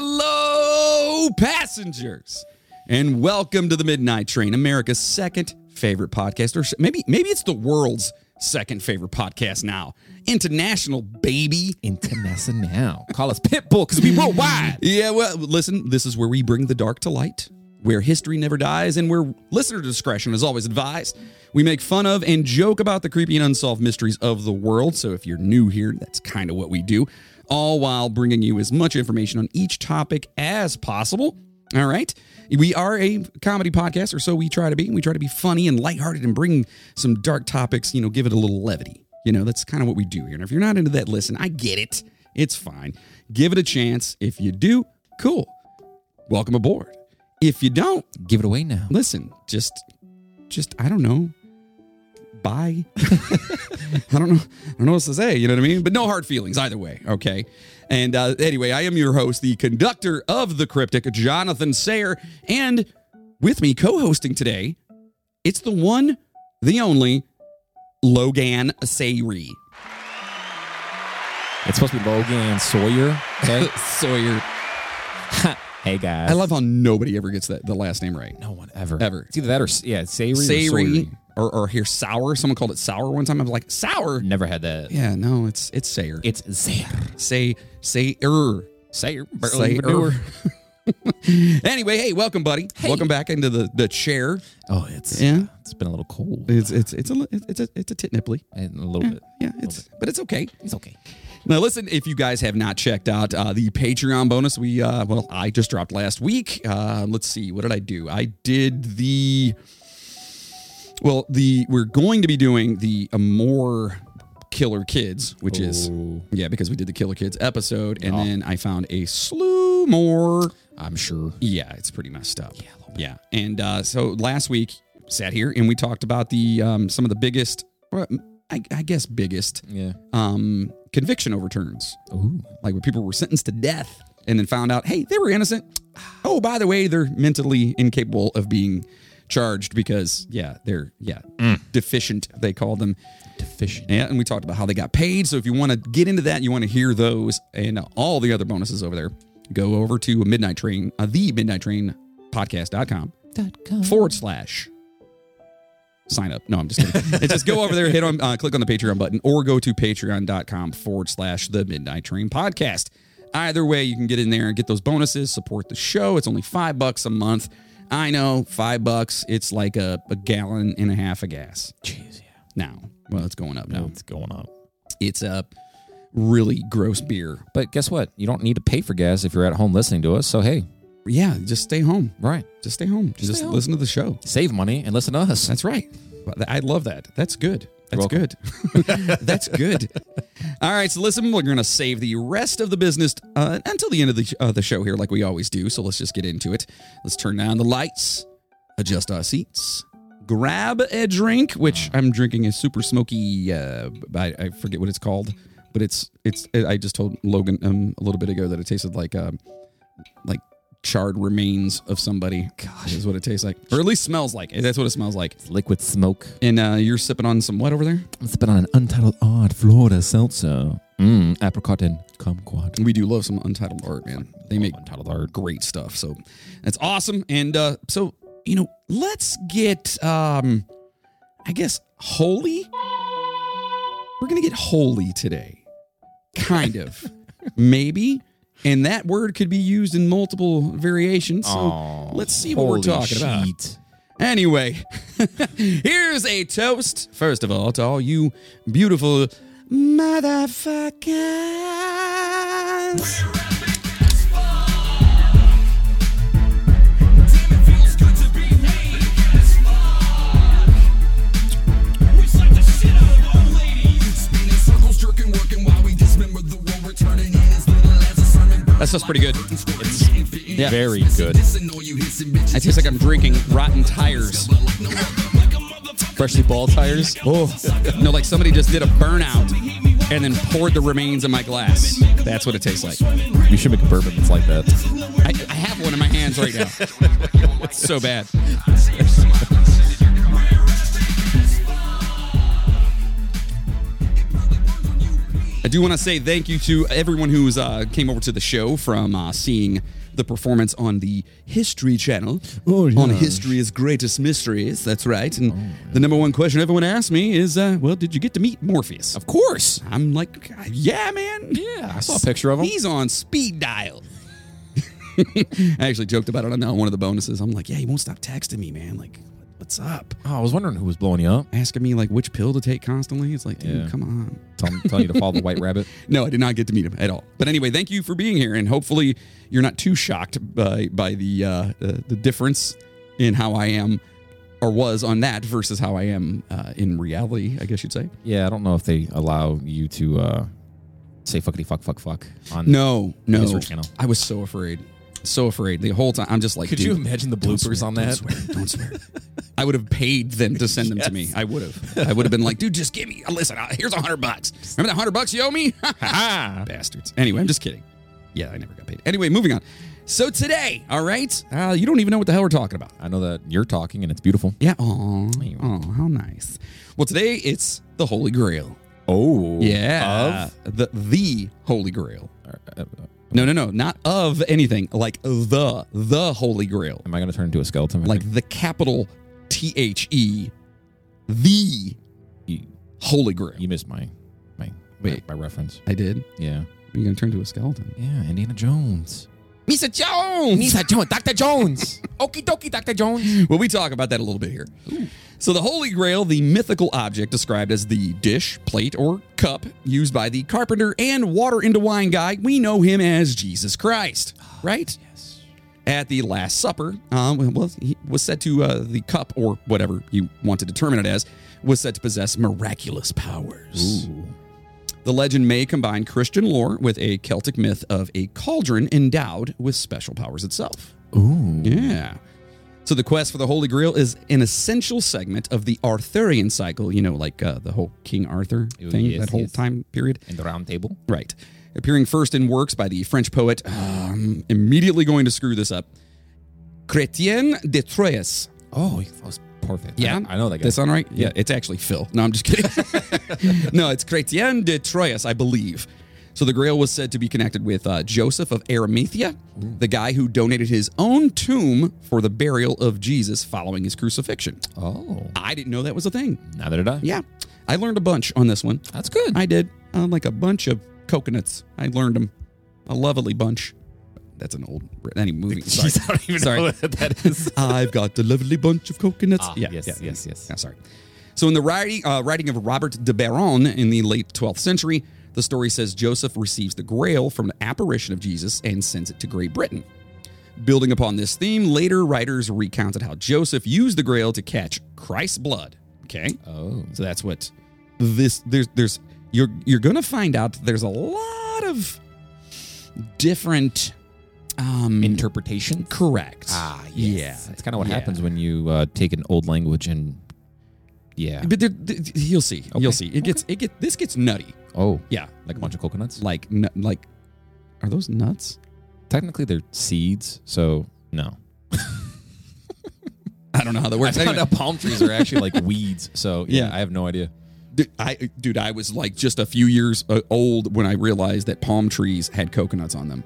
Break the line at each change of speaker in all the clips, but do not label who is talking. Hello, passengers, and welcome to the Midnight Train, America's second favorite podcast, or maybe maybe it's the world's second favorite podcast now. International, baby.
Intimessa now. Call us Pitbull because we worldwide.
Yeah, well, listen, this is where we bring the dark to light, where history never dies, and where listener discretion is always advised. We make fun of and joke about the creepy and unsolved mysteries of the world. So if you're new here, that's kind of what we do, all while bringing you as much information on each topic as possible. All right. We are a comedy podcast, or so we try to be. We try to be funny and lighthearted and bring some dark topics, you know, give it a little levity. You know, that's kind of what we do here. And if you're not into that, listen, I get it. It's fine. Give it a chance. If you do, cool. Welcome aboard. If you don't,
Give it away now.
listen, just, just, I don't know. Bye. I don't know. I don't know what to say. You know what I mean? But no hard feelings either way. Okay. And uh, anyway, I am your host, the conductor of the cryptic, Jonathan Sayer, and with me co-hosting today, it's the one, the only, Logan Sayre.
It's supposed to be Logan Sawyer. Okay.
Sawyer.
hey guys.
I love how nobody ever gets that the last name right.
no one ever.
Ever.
It's either that or yeah, Sayri or Sawyer.
Sayre or, or here sour. Someone called it sour one time. I'm like sour.
Never had that.
Yeah, no, it's it's Sayer.
It's Sayr.
say say er
Sayr.
say er. anyway, hey, welcome, buddy. Welcome back into the the chair.
Oh, it's
Yeah.
It's been a little cold.
It's it's it's a li- it's a it's a tit nipply.
And a little bit.
Yeah, it's but it's okay.
It's okay.
Now, listen, if you guys have not checked out uh, the Patreon bonus, we, uh, well, I just dropped last week. Uh, let's see, what did I do? I did the, well, the, we're going to be doing the more Killer Kids, which is,
Ooh.
yeah, because we did the Killer Kids episode. And then I found a slew more.
I'm sure.
Yeah, it's pretty messed up. Yeah, And uh, so last week sat here and we talked about the um, some of the biggest, well, I, I guess biggest
Yeah.
um, conviction overturns,
Ooh.
like where people were sentenced to death and then found out, hey, they were innocent. Oh, by the way, they're mentally incapable of being charged because, yeah, they're yeah deficient. They call them.
Mm. Deficient.
Yeah, and we talked about how they got paid. So if you want to get into that, you want to hear those and uh, all the other bonuses over there, go over to Midnight Train, uh, the Midnight Train podcast.com forward slash sign up. No, I'm just kidding. It's just go over there, hit on, uh, click on the Patreon button, or go to patreon.com forward slash the Midnight Train podcast. Either way, you can get in there and get those bonuses, support the show. It's only five bucks a month. I know, five bucks. It's like a, a gallon and a half of gas
Jeez, yeah.
now. Well, it's going up now.
What's going on?
It's a really gross beer.
But guess what? You don't need to pay for gas if you're at home listening to us. So hey,
Yeah, just stay home.
right.
Just stay home. Just,
stay home.
listen to the show.
Save money and listen to us.
That's right. I love that. That's good. That's
You're
good. That's good. All right. So listen, we're going to save the rest of the business uh, until the end of the, uh, the show here, like we always do. So let's just get into it. Let's turn down the lights, adjust our seats, grab a drink, which I'm drinking a super smoky. Uh, I, I forget what it's called, but it's it's. I just told Logan um, a little bit ago that it tasted like um, like charred remains of somebody. Gosh, is what it tastes like, or at least smells like. That's what it smells like.
Liquid smoke.
And uh, you're sipping on some what over there?
I'm sipping on an untitled odd Florida seltzer. Mmm, apricot and kumquat.
We do love some untitled art, man. They make
Untitled art.
great stuff, so that's awesome. And uh, so you know, let's get, um, I guess, holy. We're gonna get holy today, kind of, maybe. And that word could be used in multiple variations. So
Aw,
let's see what we're
holy
talking about.
sheet.
Anyway, here's a toast. First of all, to all you beautiful motherfuckers. That sounds pretty good. Yeah.
Very good.
I taste like I'm drinking rotten tires.
Freshly ball tires. Oh,
No, like somebody just did a burnout and then poured the remains in my glass. That's what it tastes like.
you should make a bourbon that's like that.
I, I have one in my hands right now. it's so bad. I do want to say thank you to everyone who's uh, came over to the show from uh, seeing the performance on the History Channel
Oh,
on
yes.
History's Greatest Mysteries. That's right.
Oh,
And the number one question everyone asked me is, uh, "Well, did you get to meet Morpheus?"
Of course.
I'm like, "Yeah, man.
Yeah, I saw a picture of him.
He's on speed dial." I actually joked about it on uh, one of the bonuses. I'm like, "Yeah, he won't stop texting me, man. Like, what's up?"
Oh, I was wondering who was blowing you up.
Asking me like which pill to take constantly. It's like, dude,
Yeah.
come on.
Telling tell you to follow the white rabbit.
No, I did not get to meet him at all. But anyway, thank you for being here, and hopefully you're not too shocked by by the uh, uh, the difference in how I am or was on that versus how I am uh, in reality. I guess you'd say.
Yeah, I don't know if they allow you to uh, say fuckity fuck fuck fuck on
No, no.
History Channel.
I was so afraid, so afraid the whole time. I'm just like,
Could
dude,
you imagine the
don't
bloopers
swear,
on that?
Don't swear. Don't swear. I would have paid them to send them to me. I would have. I would have been like, dude, just give me. Listen, uh, here's a hundred bucks. Remember that hundred bucks you owe me?
Ah,
bastards. Anyway, I'm just kidding. Yeah, I never got paid. Anyway, moving on. So today, all right, uh, you don't even know what the hell we're talking about.
I know that you're talking and it's beautiful.
Yeah. Oh, oh, how nice. Well, today it's the Holy Grail.
Oh,
Yeah. The the Holy Grail.
Uh,
No, no, no, not of anything. Like the the Holy Grail.
Am I going to turn into a skeleton?
Like the capital T H E, the
you,
Holy Grail.
you missed my my
Wait.
my reference.
I did.
Yeah,
You're gonna turn to a skeleton.
yeah. Indiana Jones.
Misa Jones.
Jones, Doctor Jones.
Okie dokie, Dr. Jones.
Well, we talk about that a little bit here. So, the Holy Grail, the mythical object described as the dish, plate, or cup used by the carpenter and water into wine guy, we know him as Jesus Christ, right?
yes.
At the Last Supper, um, well, he was said to uh, the cup or whatever you want to determine it as was said to possess miraculous powers. The legend may combine Christian lore with a Celtic myth of a cauldron endowed with special powers itself.
Ooh.
Yeah. So the quest for the Holy Grail is an essential segment of the Arthurian cycle. You know, like uh, the whole King Arthur
Oh,
thing,
yes,
that whole
yes.
time period.
And the round table.
Right. Appearing first in works by the French poet, ah, I'm immediately going to screw this up. Chrétien de Troyes.
Oh, that was perfect.
Yeah.
I, I know that guy.
That sound right? Yeah, it's actually Phil. No, I'm just kidding. no, it's Chrétien de Troyes, I believe. So the Grail was said to be connected with uh, Joseph of Arimathea, the guy who donated his own tomb for the burial of Jesus following his crucifixion.
oh,
I didn't know that was a thing.
neither did I.
Yeah, I learned a bunch on this one.
That's good.
I did uh, like a bunch of coconuts. I learned them, a lovely bunch. That's an old any movie. Sorry.
Jeez, I don't even
Sorry.
know what that is.
I've got a lovely bunch of coconuts.
Ah, yes, yes, yes.
Yeah, sorry. So in the writing, uh, writing of Robert de Baron in the late 12th century, the story says Joseph receives the Grail from the apparition of Jesus and sends it to Great Britain. Building upon this theme, later writers recounted how Joseph used the Grail to catch Christ's blood. Okay.
oh,
So that's what this there's there's you're you're gonna find out that there's a lot of different um
interpretation.
correct.
Ah.
Yeah.
That's kind of what
Yeah.
happens when you uh, take an old language and yeah.
But there, th- you'll see. You'll see. It gets it get this gets nutty.
Oh,
Yeah.
like a bunch of coconuts.
Like nu- like are those nuts?
Technically, they're seeds, so no.
I don't know how that works. Anyway,
palm trees are actually like weeds, so
Yeah.
I have no idea.
dude, I dude, I was like just a few years uh, old when I realized that palm trees had coconuts on them.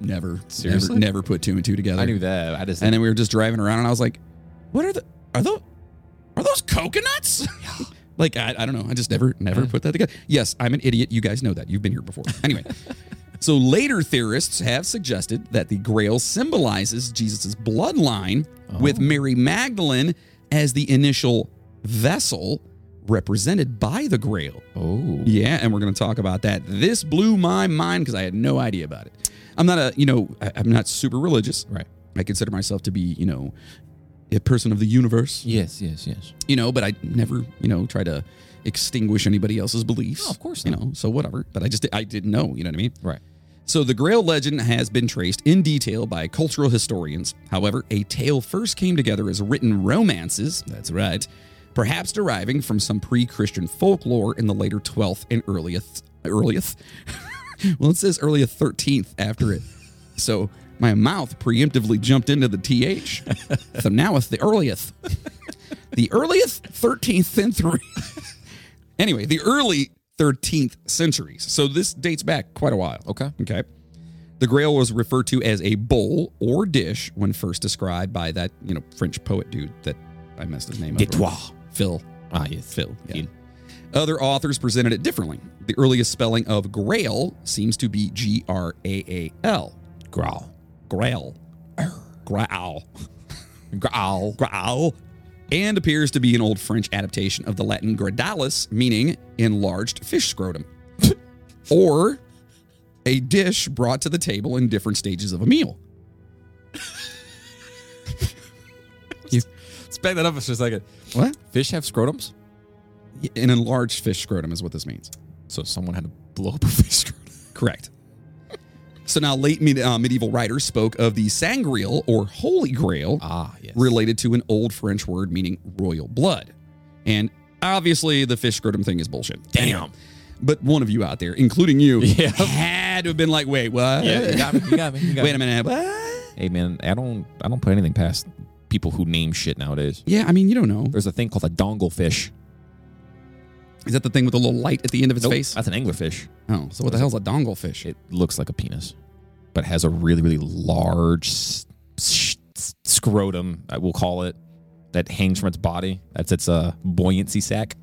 Never,
Seriously?
never, never put two and two together.
I knew that. I just
And then we were just driving around, and I was like, "What are the are those are those coconuts?" like I, I don't know. I just never never put that together. Yes, I'm an idiot. You guys know that. You've been here before. Anyway, so later theorists have suggested that the Grail symbolizes Jesus' bloodline, with Mary Magdalene as the initial vessel represented by the Grail.
oh
Yeah, and we're going to talk about that. This blew my mind because I had no idea about it. I'm not a, you know, I- I'm not super religious.
right.
I consider myself to be, you know, a person of the universe,
Yes, yes, yes.
you know, but I never, you know, try to extinguish anybody else's beliefs.
No, of course
You know, so whatever. But I just, I didn't know, you know what I mean?
Right.
So the Grail legend has been traced in detail by cultural historians. However, a tale first came together as written romances, that's right, perhaps deriving from some pre-Christian folklore in the later 12th and earliest earliest. well, it says earlier 13th after it. So my mouth preemptively jumped into the th. so now it's the earliest. The earliest 13th century. Anyway, the early 13th centuries. So this dates back quite a while.
Okay.
Okay. The grail was referred to as a bowl or dish when first described by that, you know, French poet dude that I messed his name up. Phil.
Ah, yes.
Phil. Yeah. Other authors presented it differently. The earliest spelling of grail seems to be G R A A L. Growl. Grail. Growl. Growl. Growl. And appears to be an old French adaptation of the Latin gradalis, meaning enlarged fish scrotum, or a dish brought to the table in different stages of a meal.
Let's back that up for just a second.
What?
Fish have scrotums,
An enlarged fish scrotum is what this means.
so someone had to blow up a fish scrotum.
Correct. So now, late med- uh, medieval writers spoke of the sangreal or holy grail,
Ah, yes.
related to an old French word meaning royal blood. And obviously, the fish scrotum thing is bullshit.
Damn.
But one of you out there, including you,
Yeah.
had to have been like, wait, what?
You got me. You got me. You got
Wait
me.
a minute. What?
Hey, man, I don't, I don't put anything past people who name shit nowadays.
Yeah, I mean, you don't know.
There's a thing called a dongle fish.
Is that the thing with the little light at the end of its face?
That's an anglerfish.
Oh, so what the hell's a dongle fish?
It looks like a penis, but has a really, really large s- s- s- scrotum. I will call it that hangs from its body. That's its uh, buoyancy sac.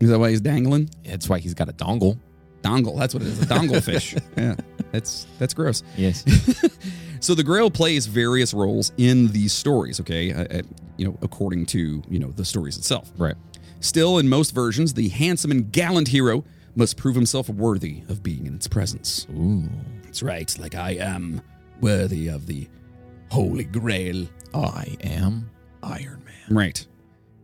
Is that why he's dangling?
That's why he's got a dongle.
Dongle. That's what it is. A dongle fish. Yeah, that's that's gross.
Yes.
So the Grail plays various roles in these stories, okay? Uh, uh, you know, according to, you know, the stories itself.
right.
Still in most versions, the handsome and gallant hero must prove himself worthy of being in its presence.
Ooh.
That's right, like I am worthy of the Holy Grail.
I am Iron Man.
Right.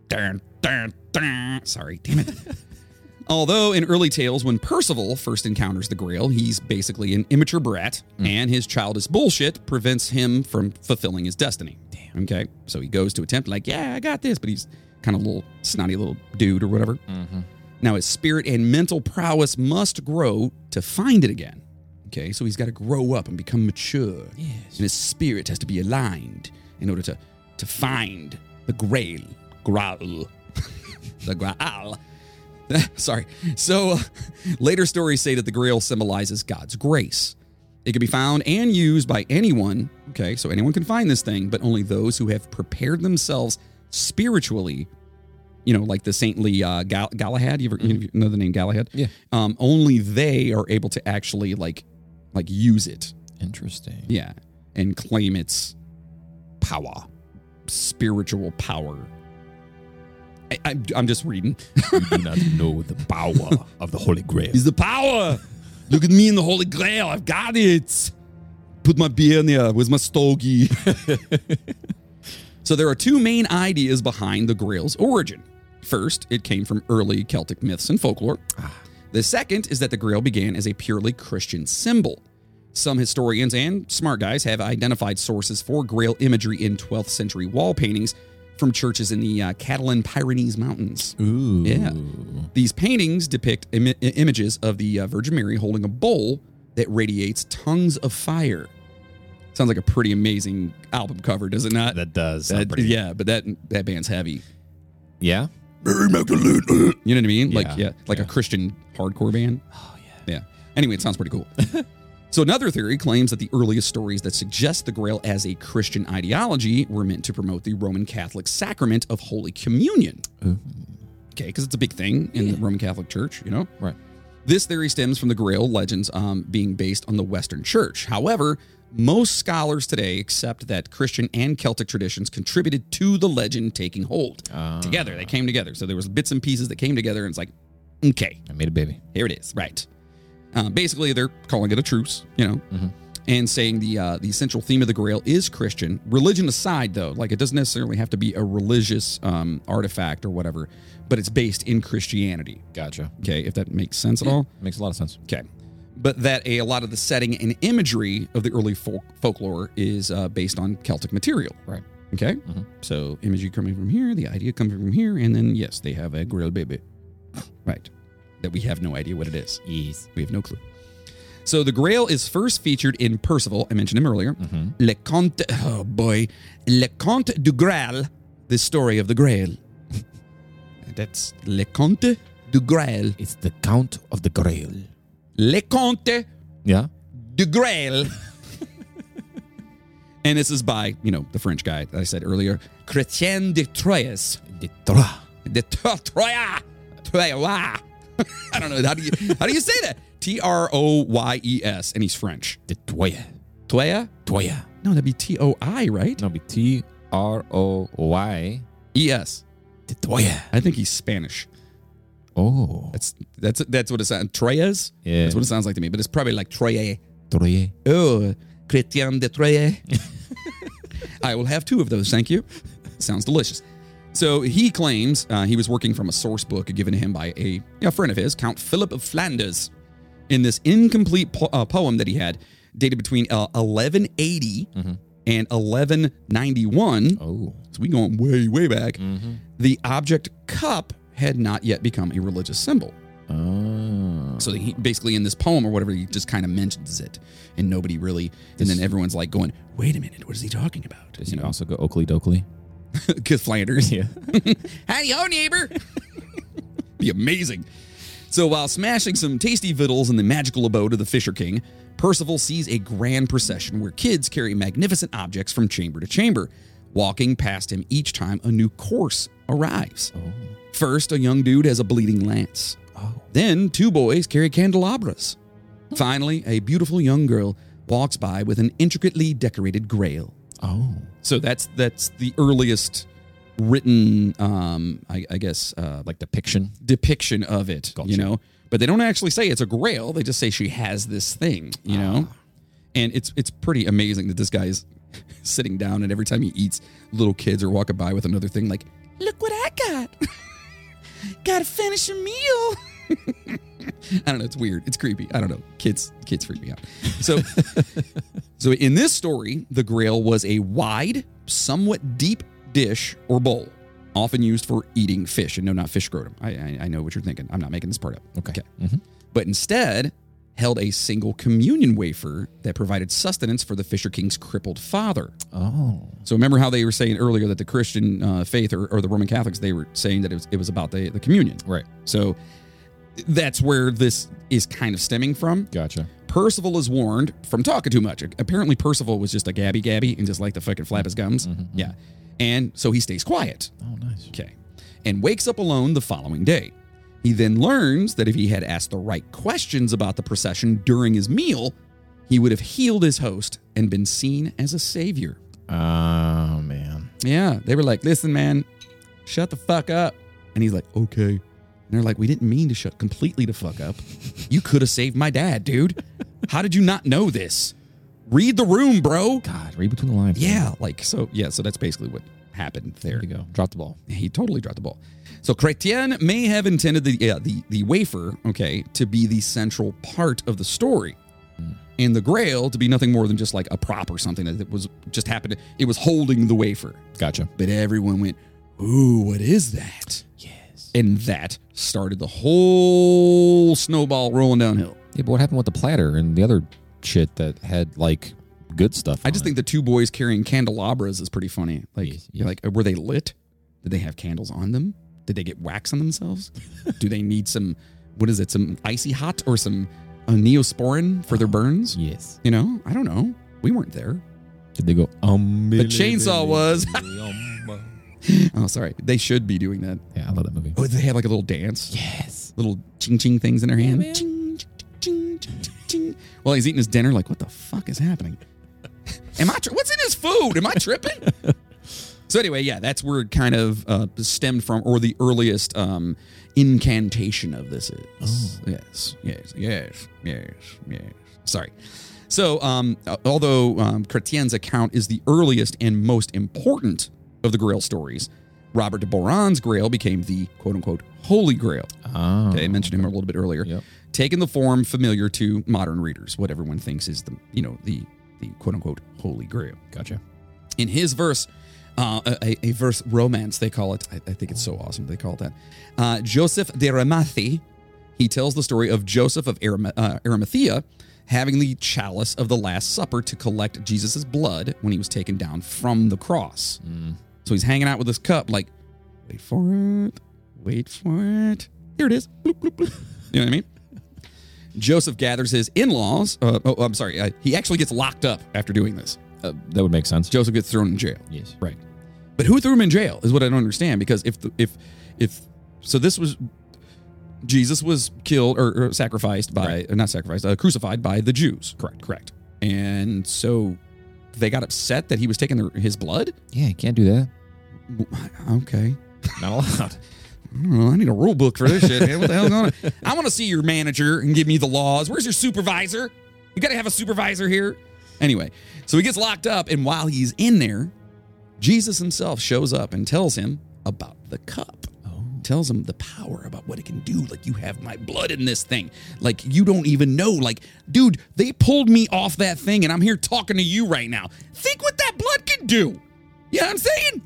Dun, dun, dun. Sorry, damn it. Although in early tales, when Percival first encounters the Grail, he's basically an immature brat, and his childish bullshit prevents him from fulfilling his destiny. Damn. Okay, so he goes to attempt, like, yeah, I got this, but he's kind of a little snotty little dude or whatever. Now his spirit and mental prowess must grow to find it again. Okay, so he's got to grow up and become mature. Yes. And his spirit has to be aligned in order to to find the grail. Growl. the grail. Sorry. So later stories say that the grail symbolizes God's grace. It can be found and used by anyone. Okay, so anyone can find this thing, but only those who have prepared themselves spiritually you know, like the saintly uh, Gal- Galahad. You ever you know the name Galahad?
Yeah.
Um, only they are able to actually like, like use it.
Interesting.
Yeah, and claim its power, spiritual power. I, I'm, I'm just reading.
You do not know the power of the Holy Grail.
Is the power? Look at me in the Holy Grail. I've got it. Put my beer in there. Where's my stogie? so there are two main ideas behind the Grail's origin. First, it came from early Celtic myths and folklore. The second is that the Grail began as a purely Christian symbol. Some historians and smart guys have identified sources for Grail imagery in 12th century wall paintings from churches in the uh, Catalan Pyrenees Mountains.
Ooh.
Yeah. These paintings depict Im- i- images of the uh, Virgin Mary holding a bowl that radiates tongues of fire. Sounds like a pretty amazing album cover, does it not?
That does.
That-
sound pretty-
yeah, but that that band's heavy.
Yeah.
You know what I mean? Like
Yeah,
yeah, like a Christian hardcore band. Oh yeah. Yeah. Anyway, it sounds pretty cool. so another theory claims that the earliest stories that suggest the Grail as a Christian ideology were meant to promote the Roman Catholic sacrament of Holy Communion. Okay, because it's a big thing in the Roman Catholic Church, you know.
Right.
This theory stems from the Grail legends um, being based on the Western Church. However, most scholars today accept that Christian and Celtic traditions contributed to the legend taking hold together. They came together, so there was bits and pieces that came together, and it's like, okay,
I made a baby.
here it is, right? Uh, basically, they're calling it a truce, you know, and saying the uh, the central theme of the Grail is Christian. Religion aside, though, like it doesn't necessarily have to be a religious um, artifact or whatever, but it's based in Christianity.
Gotcha.
Okay, if that makes sense at all.
Makes a lot of sense.
Okay. But that a, a lot of the setting and imagery of the early folk, folklore is uh, based on Celtic material.
Right.
Okay.
Mhm.
So imagery coming from here, the idea coming from here, and then yes, they have a grill baby. Right. That we have no idea what it is.
Yes.
We have no clue. So the Grail is first featured in Percival. I mentioned him earlier.
Mm-hmm.
Le Conte, oh boy, Le Conte du Grail, the story of the Grail. That's Le Conte du Grail.
It's the Count of the Grail.
Le Conte
Yeah.
du Grail. and this is by, you know, the French guy that I said earlier, Chrétien de Troyes.
The Tra.
The Tro- Troya. Troya. I don't know. How do you how do you say that? T R O Y E S, and he's French.
The Toya.
Toya?
Toya.
No, that'd be T O I, right?
No, be T R O Y.
E S.
The Toya.
I think he's Spanish.
Oh.
That's that's that's what it sounds. Troyes.
Yeah.
that's what it sounds like to me. But it's probably like Troye.
Troye.
Oh, Chrétien de Troyes. I will have two of those, thank you. Sounds delicious. So he claims uh, he was working from a source book given to him by a, a friend of his, Count Philip of Flanders, in this incomplete po- uh, poem that he had, dated between uh, 1180 and 1191.
Oh.
So we going way, way back. The object cup had not yet become a religious symbol.
Oh.
So he basically in this poem or whatever, he just kind of mentions it, and nobody really. And then everyone's like going, "Wait a minute, what is he talking about?"
Does he also go Oakley Doakley?
Because Flanders,
Yeah.
howdy-ho, neighbor. Be amazing. So while smashing some tasty victuals in the magical abode of the Fisher King, Percival sees a grand procession where kids carry magnificent objects from chamber to chamber, walking past him each time a new course arrives. First, a young dude has a bleeding lance. Then, two boys carry candelabras. Finally, a beautiful young girl walks by with an intricately decorated grail.
Oh.
So that's that's the earliest written, um, I, I guess, uh,
Like depiction.
depiction of it. You
Gotcha.
know, but they don't actually say it's a grail. They just say she has this thing. You know, and it's it's pretty amazing that this guy is sitting down and every time he eats, little kids are walking by with another thing like, "Look what I got! got to finish a meal." I don't know. It's weird. It's creepy. I don't know. Kids, kids freak me out. So, so in this story, the Grail was a wide, somewhat deep dish or bowl, often used for eating fish. And no, not fish scrotum. I, I, I know what you're thinking. I'm not making this part up.
Okay. Mm-hmm.
But instead, held a single communion wafer that provided sustenance for the Fisher King's crippled father.
Oh.
So remember how they were saying earlier that the Christian uh, faith or, or the Roman Catholics they were saying that it was, it was about the, the communion.
Right.
So that's where this is kind of stemming from.
Gotcha.
Percival is warned from talking too much. Apparently, Percival was just a gabby gabby and just like to fucking flap his gums. Yeah. And so he stays quiet.
Oh, nice.
Okay. And wakes up alone the following day. He then learns that if he had asked the right questions about the procession during his meal, he would have healed his host and been seen as a savior.
Oh, man.
Yeah. They were like, listen, man, shut the fuck up. And he's like, okay. And they're like, we didn't mean to shut completely the fuck up. You could have saved my dad, dude. How did you not know this? Read the room, bro.
God, read between the lines.
Yeah. Like, so, yeah. So that's basically what happened there.
There you go. Drop the ball.
He totally dropped the ball. So Chrétien may have intended the, yeah, the, the wafer, okay, to be the central part of the story. And the grail to be nothing more than just like a prop or something that was just happened. It was holding the wafer
Gotcha.
but everyone went, Ooh, what is that?
Yes.
And that started the whole snowball rolling downhill.
Yeah, but what happened with the platter and the other shit that had like good stuff?
I just think the two boys carrying candelabras is pretty funny. Like,
Yes,
you're like, were they lit? Did they have candles on them? Did they get wax on themselves? Do they need some, what is it, some icy hot or some uh, neosporin for their
Uh-huh.
burns?
Yes.
You know, I don't know. We weren't there.
Did they go? Um.
The chainsaw was.
Um,
oh, sorry. They should be doing that.
Yeah, I love that movie.
Oh, they had like a little dance.
Yes.
little ching ching things in her hand.
man.
Ching, ching, ching, ching, ching. While he's eating his dinner, like, what the fuck is happening? Am I? Tri- what's in his food? Am I tripping? so anyway, yeah, that's where it kind of uh, stemmed from, or the earliest um, incantation of this is. Yes, yes, yes, yes, yes. Sorry. So, um, uh, although um, Chrétien's account is the earliest and most important of the Grail stories, Robert de Boron's Grail became the quote-unquote Holy Grail.
Oh.
Okay, I mentioned him a little bit earlier.
Yep.
Taking the form familiar to modern readers, what everyone thinks is the you know the the quote unquote holy grail.
Gotcha.
In his verse, uh, a, a verse romance they call it. I, I think it's so awesome they call it that. Uh, Joseph de Ramathi, he tells the story of Joseph of Arima- uh, Arimathea having the chalice of the Last Supper to collect Jesus' blood when he was taken down from the cross. So he's hanging out with this cup, like, wait for it, wait for it. Here it is. Bloop, bloop, bloop. You know what I mean? Joseph gathers his in laws. Uh, oh, I'm sorry. Uh, he actually gets locked up after doing this.
Uh, that would make sense.
Joseph gets thrown in jail.
Yes.
Right. But who threw him in jail is what I don't understand because if the, if if so this was Jesus was killed or, or sacrificed by or not sacrificed uh, crucified by the Jews. Correct. Correct. And so they got upset that he was taking their, his blood.
Yeah, you can't do that.
Okay.
Not allowed.
I don't know, I need a rule book for this shit, man. What the hell's going on? I want to see your manager and give me the laws. Where's your supervisor? You got to have a supervisor here. Anyway, so he gets locked up, and while he's in there, Jesus himself shows up and tells him about the cup. Tells him the power about what it can do. Like, you have my blood in this thing. Like, you don't even know. Like, dude, they pulled me off that thing, and I'm here talking to you right now. Think what that blood can do. You know what I'm saying?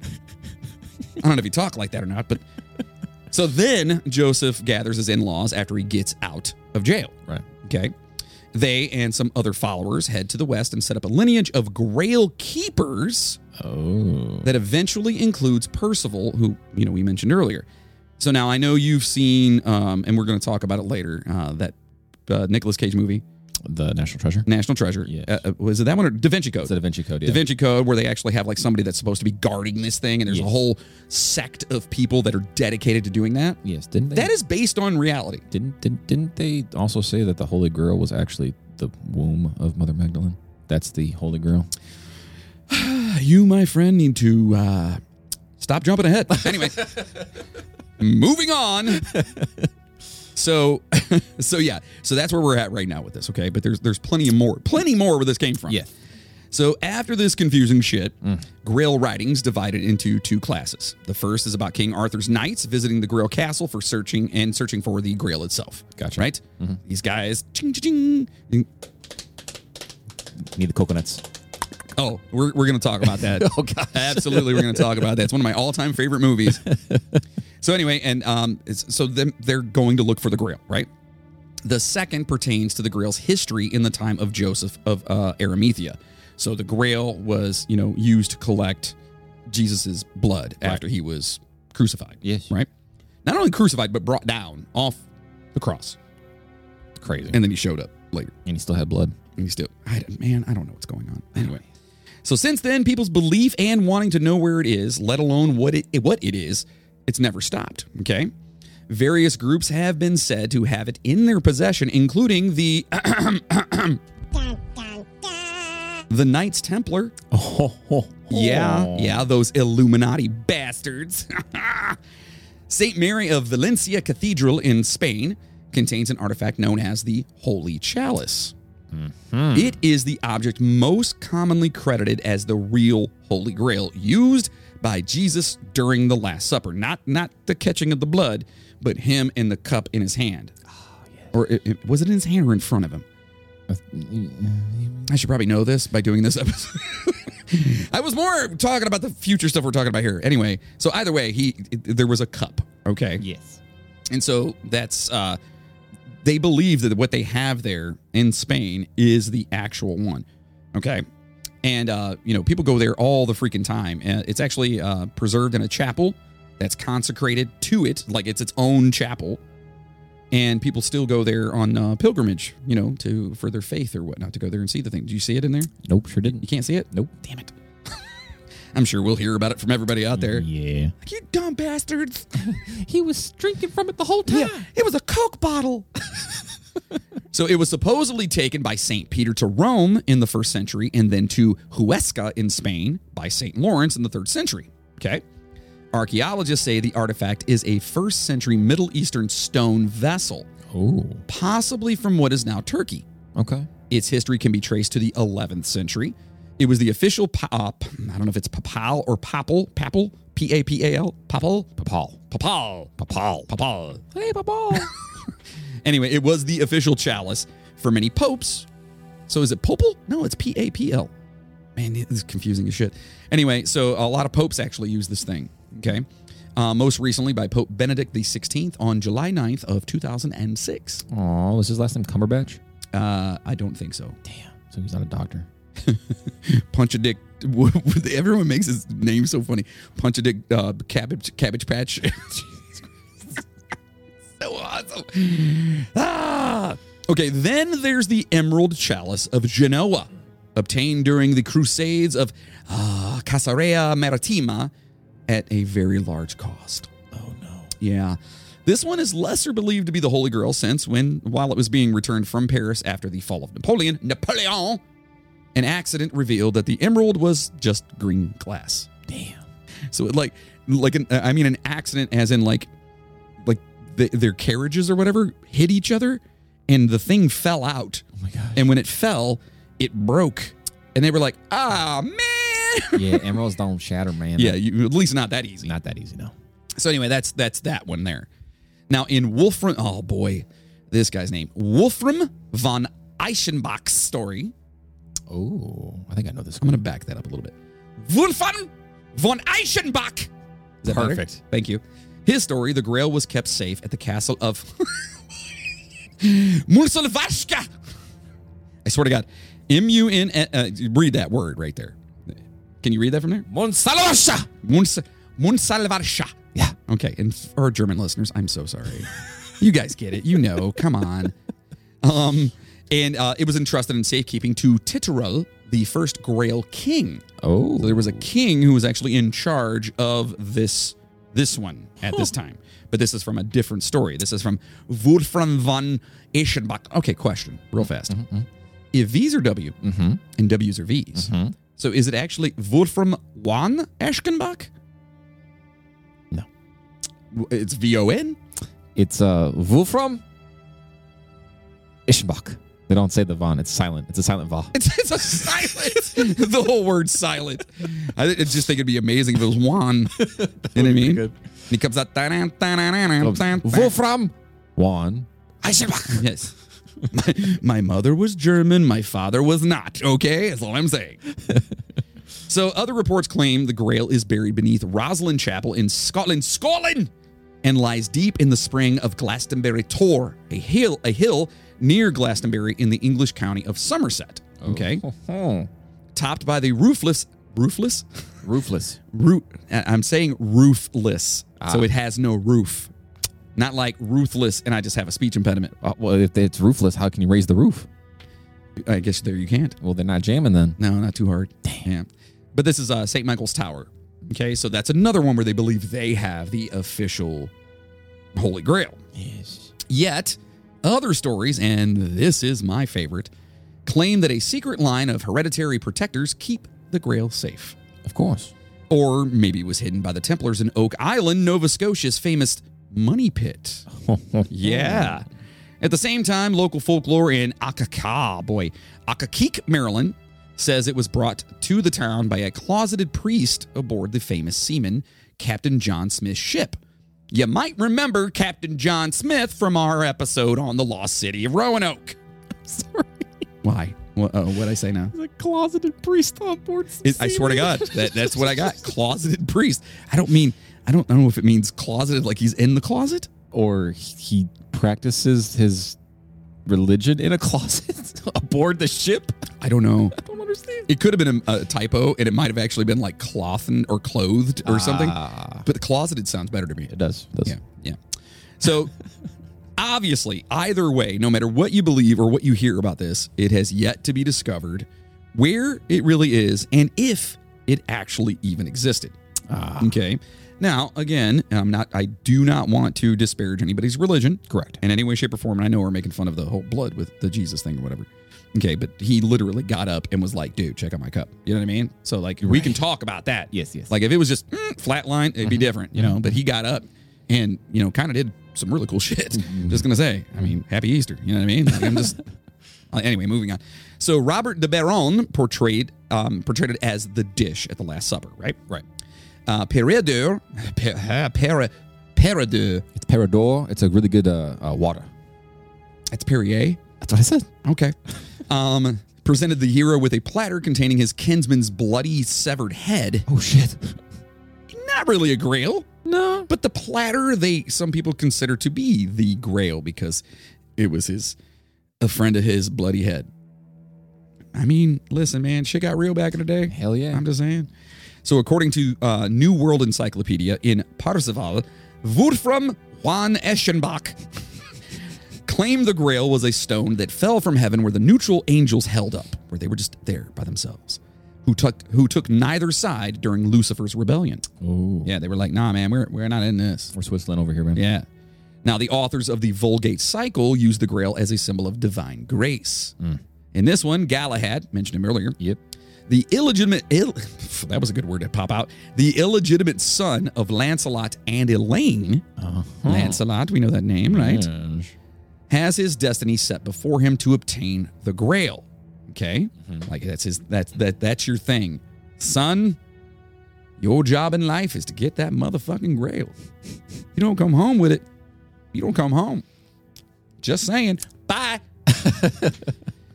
I don't know if he talked like that or not, but so then Joseph gathers his in laws after he gets out of jail.
Right.
Okay. They and some other followers head to the west and set up a lineage of grail keepers
Oh.
that eventually includes Percival, who, you know, we mentioned earlier. So now I know you've seen, um, and we're going to talk about it later, uh, that uh, Nicolas Cage movie,
The National Treasure.
National Treasure.
Yes.
Uh, uh, was it that one or Da Vinci Code?
It's the Da Vinci Code. Yeah.
Da Vinci Code, where they actually have like somebody that's supposed to be guarding this thing, and there's a
Yes.
whole sect of people that are dedicated to doing that.
yes. Didn't they?
That is based on reality.
didn't, didn't didn't they also say that the Holy Grail was actually the womb of Mother Magdalene? That's the Holy Grail.
You, my friend, need to uh, stop jumping ahead. Anyway, moving on. So, so yeah, so that's where we're at right now with this. Okay, but there's there's plenty of more, plenty more where this came from.
Yeah. Mm.
So after this confusing shit, Grail writings divided into two classes. The first is about King Arthur's knights visiting the Grail Castle for searching and searching for the Grail itself.
Gotcha. Mm-hmm.
Right? These guys, ching, ching, ching.
Need the coconuts.
Oh, we're, we're going to talk about that. oh, God. Absolutely, we're going to talk about that. It's one of my all time favorite movies. so, anyway, and um, it's, so them, they're going to look for the grail, right? The second pertains to the grail's history in the time of Joseph of uh, Arimathea. So, the grail was, you know, used to collect Jesus's blood after he was crucified.
Yes.
Right? Not only crucified, but brought down off the cross.
Crazy. And,
And then he showed up later.
he still had blood.
And he's still, I, man, I don't know what's going on. Anyway, so since then, people's belief and wanting to know where it is, let alone what it what it is, it's never stopped. Okay, various groups have been said to have it in their possession, including the the Knights Templar.
Oh.
Yeah, yeah, those Illuminati bastards. St. Mary of Valencia Cathedral in Spain contains an artifact known as the Holy Chalice. It is the object most commonly credited as the real Holy Grail used by Jesus during the Last Supper. Not not the catching of the blood, but him and the cup in his hand. Or it, it- was it in his hand or in front of him? I should probably know this by doing this episode. I was more talking about the future stuff we're talking about here. Anyway, so either way, he there was a cup, okay?
Yes.
And so that's uh they believe that what they have there in Spain is the actual one. Okay? And uh you know, people go there all the freaking time. Uh, it's actually uh preserved in a chapel that's consecrated to it, like it's its own chapel. And people still go there on uh, pilgrimage, you know, to for their faith or whatnot, to go there and see the thing. Do you see it in there?
Nope. Sure didn't.
You can't see it?
Nope.
Damn it. I'm sure we'll hear about it from everybody out there.
Yeah.
You dumb bastards.
He was drinking from it the whole time.
It was a Coke bottle. so it was supposedly taken by St. Peter to Rome in the first century and then to Huesca in Spain by St. Lawrence in the third century. Okay. Archaeologists say the artifact is a first century Middle Eastern stone vessel,
Oh.
possibly from what is now Turkey.
Okay.
Its history can be traced to the 11th century. It was the official, pa- uh, p- I don't know if it's papal or papal, papal, P A P A L, papal, papal, papal, papal, papal.
Hey, Papa.
Anyway, it was the official chalice for many popes. So is it popal? No, it's P A P L. Man, this is confusing as shit. Anyway, so a lot of popes actually use this thing. Okay. Uh, most recently by Pope Benedict XVI on July 9th of 2006.
Oh, was his last name Cumberbatch?
Uh, I don't think so.
Damn. So he's not a doctor.
Punch a dick. Everyone makes his name so funny. Punch a dick. Uh, cabbage. Cabbage patch. so so- ah! Okay, then there's the Emerald Chalice of Genoa, obtained during the Crusades of uh, Caesarea Maritima at a very large cost.
Oh no.
Yeah. This one is lesser believed to be the Holy Grail since when, while it was being returned from Paris after the fall of Napoleon, Napoleon, an accident revealed that the emerald was just green glass.
Damn.
So it like, like an, I mean, an accident as in like, like the, their carriages or whatever hit each other, and the thing fell out.
Oh my god.
And when it fell, it broke, and they were like, ah man.
yeah, emeralds don't shatter, man.
Yeah, you, at least not that easy.
Not that easy, no.
So anyway, that's that's that one there. Now in Wolfram, oh boy, this guy's name Wolfram von Eichenbach's story.
Oh, I think I know this
I'm
one.
gonna back that up a little bit. Wolfram von Eichenbach. Is that better?
Perfect.
Thank you. His story: the Grail was kept safe at the castle of Munsalvashka. I swear to God, M U N. uh, Read that word right there. Can you read that from there?
Monsalosha!
Muns- Munsalvarsha.
Yeah.
Okay. And for our German listeners, I'm so sorry. you guys get it. You know. Come on. Um, and uh, it was entrusted in safekeeping to Titurel, the first Grail King.
Oh.
So there was a king who was actually in charge of this this one at this time. But this is from a different story. This is from Wolfram von Eschenbach. Okay, question, real fast. If V's are W and W's are V's, so is it actually Wolfram von Eschenbach?
No.
W- It's V O N?
It's uh Wolfram Ischenbach. They don't say the von. It's silent. It's a silent va.
It's, it's a silent. the whole word's silent. I th- I just think it'd be amazing if it was Juan. you know what I mean? And he comes out. "Da-dun, da-dun-dun-dun,
Oh,
da-dun."
Wolfram Juan Ischenbach.
Yes. My, my mother was German. My father was not. Okay, that's all I'm saying. so, other reports claim the Grail is buried beneath Roslin Chapel in Scotland, Scotland, and lies deep in the spring of Glastonbury Tor, a hill, a hill near Glastonbury in the English county of Somerset. Okay,
Oh.
topped by the roofless, roofless,
Roofless.
root. I'm saying roofless, so it has no roof. Not like ruthless, and I just have a speech impediment.
Uh, well, if it's roofless, how can you raise the roof?
I guess there you can't.
Well, they're not jamming then.
No, not too hard. Damn. But this is uh, St. Michael's Tower. Okay, so that's another one where they believe they have the official Holy Grail.
Yes.
Yet, other stories, and this is my favorite, claim that a secret line of hereditary protectors keep the Grail safe.
Of course.
Or maybe it was hidden by the Templars in Oak Island, Nova Scotia's famous money pit. Yeah. At the same time, local folklore in Akaka, boy, Akakeek, Maryland, says it was brought to the town by a closeted priest aboard the famous seaman, Captain John Smith's ship. You might remember Captain John Smith from our episode on the lost city of Roanoke.
Sorry.
Why? What, uh, what'd I say now?
The closeted priest on board.
It- I swear to God, that, that's what I got. Closeted priest. I don't mean, I don't, I don't know if it means closeted like he's in the closet.
Or he practices his religion in a closet aboard the ship.
I don't know.
I don't understand.
It could have been a, a typo, and it might have actually been like clothen or clothed or something.
Ah.
But the closeted sounds better to me.
It does. It does.
Yeah, yeah. So obviously, either way, no matter what you believe or what you hear about this, it has yet to be discovered where it really is and if it actually even existed.
Ah.
Okay. Now, again, I'm not. I do not want to disparage anybody's religion.
Correct.
In any way, shape, or form. And I know we're making fun of the whole blood with the Jesus thing or whatever. Okay, but he literally got up and was like, dude, check out my cup. You know what I mean? So, like, we can talk about that.
Yes, yes. Mm-hmm.
Like, if it was just mm, flat line, it'd be different, you know? But he got up and, you know, kind of did some really cool shit.
Mm-hmm.
Just going to say, I mean, happy Easter. You know what I mean? Like, I'm just. Uh, anyway, moving on. So Robert de Baron portrayed um, portrayed it as the dish at the Last Supper, right? Right. Uh, Peredur, per, uh, Pere- Peredur,
It's Peridor. It's a really good uh, uh, water.
that's Perrier.
That's what I said.
Okay. Um, presented the hero with a platter containing his kinsman's bloody severed head.
Oh shit.
Not really a grail,
No.
but the platter they some people consider to be the grail because it was his a friend of his bloody head. I mean, listen, man, shit got real back in the day.
Hell yeah.
I'm just saying. So, according to uh, New World Encyclopedia, in Parzival, Wolfram Juan Eschenbach claimed the grail was a stone that fell from heaven where the neutral angels held up, where they were just there by themselves, who took who took neither side during Lucifer's rebellion.
Oh,
Yeah, they were like, nah, man, we're, we're not in this.
we're Switzerland over here, man.
Yeah. Now, the authors of the Vulgate Cycle use the grail as a symbol of divine grace. In this one, Galahad, mentioned him earlier,
Yep.
the illegitimate, ill, that was a good word to pop out, the illegitimate son of Lancelot and Elaine. Lancelot, we know that name, right? has his destiny set before him to obtain the grail okay
Mm-hmm.
like that's his that's that that's your thing son your job in life is to get that motherfucking grail you don't come home with it you don't come home just saying bye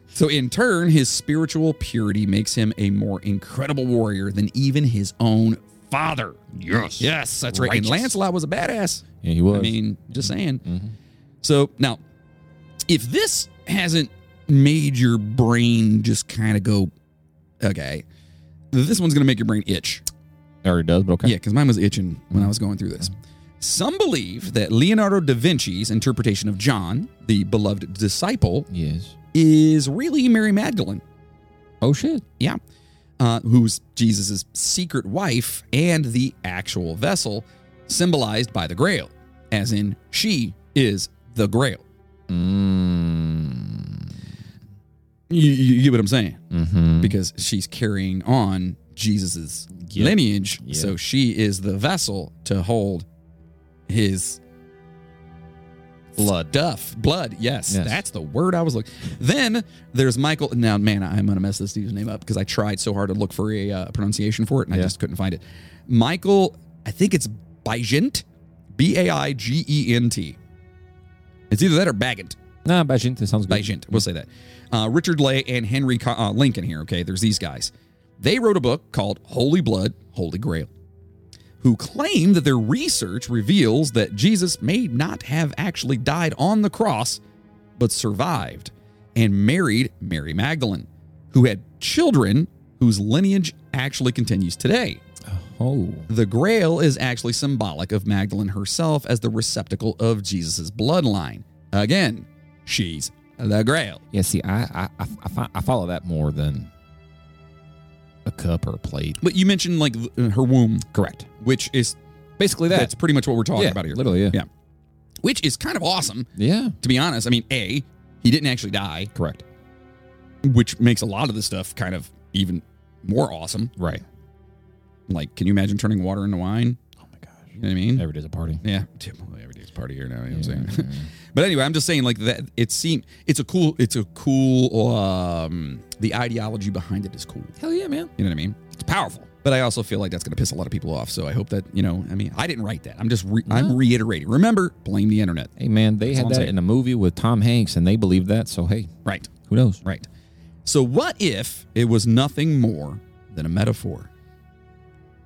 so in turn his spiritual purity makes him a more incredible warrior than even his own father
Yes.
yes that's right and
Righteous.
lancelot was a badass
Yeah, he was.
I mean, just saying. So now, if this hasn't made your brain just kind of go, okay, this one's going to make your brain itch.
or it does, but okay.
Yeah, because mine was itching when I was going through this. Some believe that Leonardo da Vinci's interpretation of John, the beloved disciple,
Yes.
is really Mary Magdalene.
Oh shit.
Yeah. Uh, who's Jesus' secret wife and the actual vessel symbolized by the grail, as in, she is the grail. You, you, you get what I'm saying?
Mm-hmm.
Because she's carrying on Jesus'
Yep.
lineage.
Yep.
So she is the vessel to hold his
Blood.
duff, blood. Yes,
Yes.
that's the word I was looking. Then there's Michael. Now, man, I'm gonna mess this dude's name up because I tried so hard to look for a uh, pronunciation for it and I
Yeah.
just couldn't find it. Michael, I think it's Bigent, B A I G E N T. It's either that or Bagant.
Nah, Bajin. That sounds good.
Bajent. We'll say that. Uh, Richard Lay and Henry Co- uh, Lincoln here. Okay, there's these guys. They wrote a book called Holy Blood, Holy Grail, who claim that their research reveals that Jesus may not have actually died on the cross, but survived and married Mary Magdalene, who had children whose lineage actually continues today.
Oh.
The grail is actually symbolic of Magdalene herself as the receptacle of Jesus' bloodline. Again, she's the grail.
Yeah. See, I I I, I, fi- I follow that more than a cup or a plate.
But you mentioned like th- uh, her womb,
Correct.
which is
Basically that.
that's pretty much what we're talking
yeah.
about here,
Literally. Yeah.
Yeah. which is kind of awesome
Yeah.
to be honest. I mean, a he didn't actually die,
Correct.
which makes a lot of this stuff kind of even more awesome.
Right.
Like, can you imagine turning water into wine?
Oh my gosh.
You know what I mean?
Every day's a party.
Yeah, Dude, well, every day's a party here now. You know what I'm
Yeah.
saying? but anyway, I'm just saying like that. It seem it's a cool. It's a cool. Um, the ideology behind it is cool.
Hell yeah, man.
You know what I mean? It's powerful. But I also feel like that's going to piss a lot of people off. So I hope that you know. I mean, I didn't write that. I'm just re- I'm reiterating. Remember, blame the internet.
Hey man, they
all I'm
had that
saying.
in a movie with Tom Hanks, and they believed that. So hey,
Right.
who knows?
Right. So what if it was nothing more than a metaphor?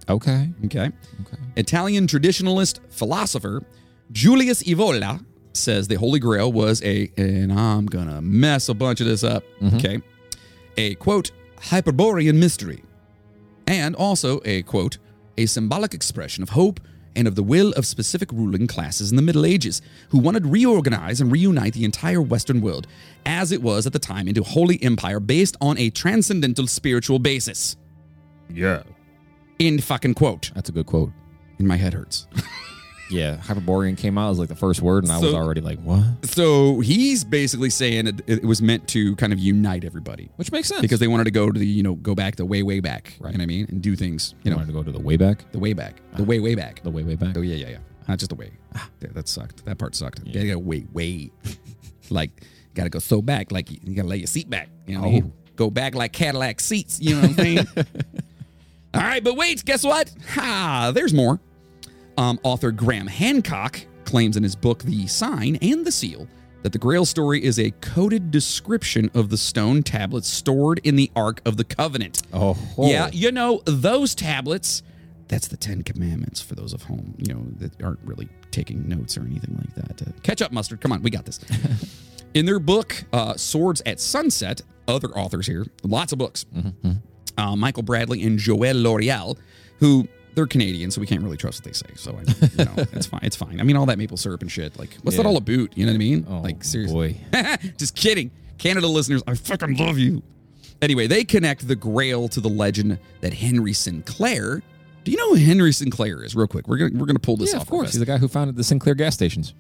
Okay.
Okay.
Okay.
Italian traditionalist philosopher Julius Evola says the Holy Grail was a, and I'm going to mess a bunch of this up,
Mm-hmm.
okay, a quote, Hyperborean mystery, and also a quote, a symbolic expression of hope and of the will of specific ruling classes in the Middle Ages who wanted to reorganize and reunite the entire Western world as it was at the time into a holy empire based on a transcendental spiritual basis.
Yeah.
End fucking quote.
That's a good quote.
And my head hurts.
Yeah, Hyperborean came out as like the first word, and I was
So-
already like, what?
So he's basically saying it, it was meant to kind of unite everybody
Which makes sense
because they wanted to go to the you know go back the way way back. You know what I mean? And do things you
you
know
wanted to go to the way back,
the way back, the way way back.
the way way back.
Oh yeah yeah yeah. Not just the way. Yeah, that sucked. That part sucked. You gotta go way way. like gotta go so back. Like you, you gotta lay your seat back. You know. what I mean? Go back like Cadillac seats. You know what I'm saying? All right, but wait. Guess what? Ha! There's more. Um, author Graham Hancock claims in his book The Sign and the Seal that the Grail story is a coded description of the stone tablets stored in the Ark of the Covenant.
Oh,
Yeah, you know, those tablets, that's the Ten Commandments for those of home, you know, that aren't really taking notes or anything like that. Uh, catch up, Mustard. Come on, we got this. In their book, uh, Swords at Sunset, other
Mm-hmm,
authors here, lots of books, uh, Michael Bradley and Joël L'Oreal, who they're Canadian, so we can't really trust what they say. So I, you know, it's fine. It's fine. I mean, all that maple syrup and shit. Like, what's that
Yeah.
all about? You know what I mean?
Oh,
like, seriously.
boy.
Just kidding. Canada listeners, I fucking love you. Anyway, they connect the Grail to the legend that Henry Sinclair. Do you know who Henry Sinclair is? Real quick, we're gonna we're gonna pull this
Yeah,
off.
of course. He's the guy who founded the Sinclair gas stations.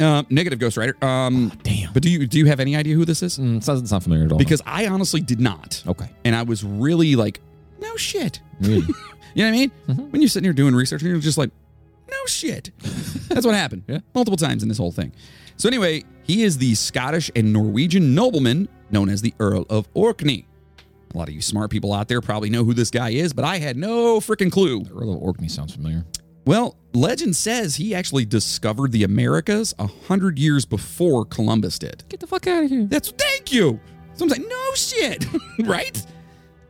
Uh, negative Ghost Rider. Um,
damn.
But do you do you have any idea who this is?
Mm, it doesn't sound familiar at all.
Because I honestly did not,
okay,
and I was really like, no shit.
really, Mm-hmm.
You know what I mean? When you're sitting here doing research, and you're just like, no shit. That's what happened.
Yeah.
Multiple times in this whole thing. So anyway, he is the Scottish and Norwegian nobleman known as the Earl of Orkney. A lot of you smart people out there probably know who this guy is, but I had no freaking clue.
Earl of Orkney sounds familiar.
Well, legend says he actually discovered the Americas a hundred years before Columbus did.
Get the fuck out of here.
That's thank you. So I'm like, no shit, right?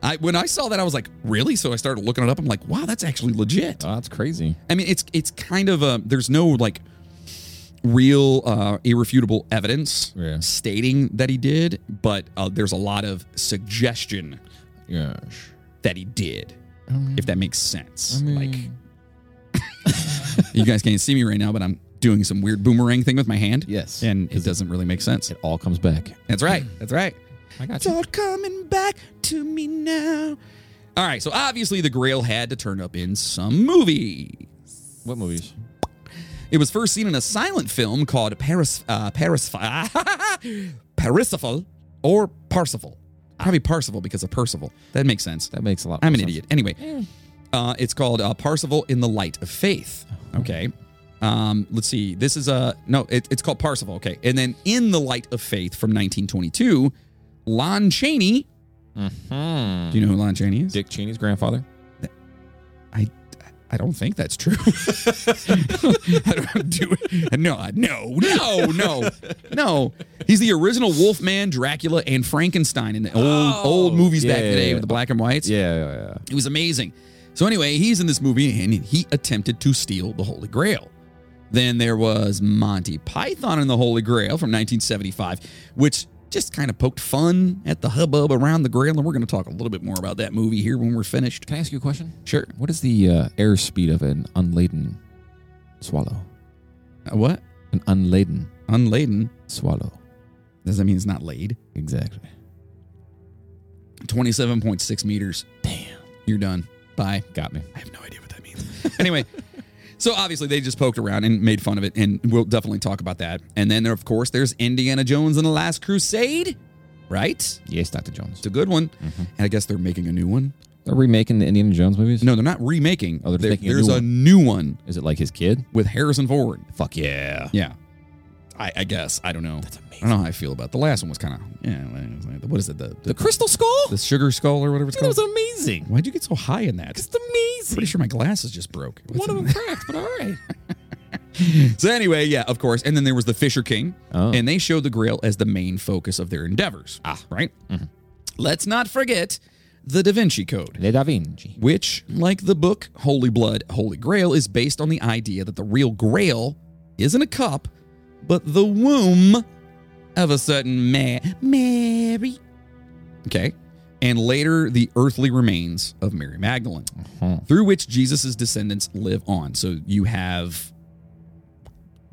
I when I saw that, I was like, really? So I started looking it up. I'm like, wow, that's actually legit.
Oh, that's crazy.
I mean, it's it's kind of a there's no like real uh, irrefutable evidence
Yeah.
stating that he did, but uh, there's a lot of suggestion
Yeah.
that he did, if that makes sense.
I mean-
like, you guys can't see me right now, but I'm doing some weird boomerang thing with my hand.
Yes.
and it doesn't really make sense.
It all comes back.
That's right. That's right.
I got
It's all coming back to me now. All right, so obviously the Grail had to turn up in some movie.
What movies?
It was first seen in a silent film called Paris, uh, Paris, Parsifal or Parsifal. Probably Parsifal because of Percival. That makes sense.
That makes a lot.
I'm
more
an
sense.
idiot. Anyway, uh, it's called uh, Parsifal in the Light of Faith. Okay. Um, let's see. This is a no. It, it's called Parsifal. Okay, and then in the Light of Faith from 1922, Lon Chaney. Do you know who Lon Chaney is?
Dick Cheney's grandfather.
I I don't think that's true. I don't do it. No, I- no, no, no, no. He's the original Wolfman, Dracula, and Frankenstein in the old old movies back in the
yeah,
day
yeah.
with the black and whites.
Yeah, yeah, yeah.
It was amazing. So anyway, he's in this movie and he attempted to steal the Holy Grail. Then there was Monty Python and the Holy Grail from 1975, which just kind of poked fun at the hubbub around the Grail, and we're going to talk a little bit more about that movie here when we're finished.
Can I ask you a question?
Sure.
What is the uh, airspeed of an unladen swallow?
Uh, what?
An unladen
Unladen.
swallow.
Does that mean it's not laid?
Exactly.
27.6 meters.
Damn.
You're done. Bye.
Got me.
I have no idea what that means. anyway, so obviously they just poked around and made fun of it, and we'll definitely talk about that. And then, there, of course, there's Indiana Jones and the Last Crusade, right? It's
Yes, Dr. Jones.
a good one.
Mm-hmm.
And I guess they're making a new one.
They're remaking the Indiana Jones movies?
No, they're not remaking.
Oh, they're
There-
making a
there's
new
a
one.
new one
Is it like his kid?
with Harrison Ford.
Fuck yeah.
Yeah. I, I guess. I don't know. That's
amazing.
I don't know how I feel about it. The last one was kind of, yeah, it was like- what is it? The, the,
The Crystal Skull?
the sugar skull or whatever it's
that
called?
was amazing.
Why'd you get so high in that?
It's amazing.
Pretty sure my glasses just broke.
One of them cracked, but all right.
So anyway, yeah, of course. And then there was the Fisher King,
Oh.
and they showed the Grail as the main focus of their endeavors. Ah, right. Let's not forget the Da Vinci Code,
Le Da Vinci.
which, like the book Holy Blood, Holy Grail, is based on the idea that the real Grail isn't a cup, but the womb of a certain Ma- Mary. Okay. And later, the earthly remains of Mary Magdalene,
Uh-huh.
through which Jesus' descendants live on. So you have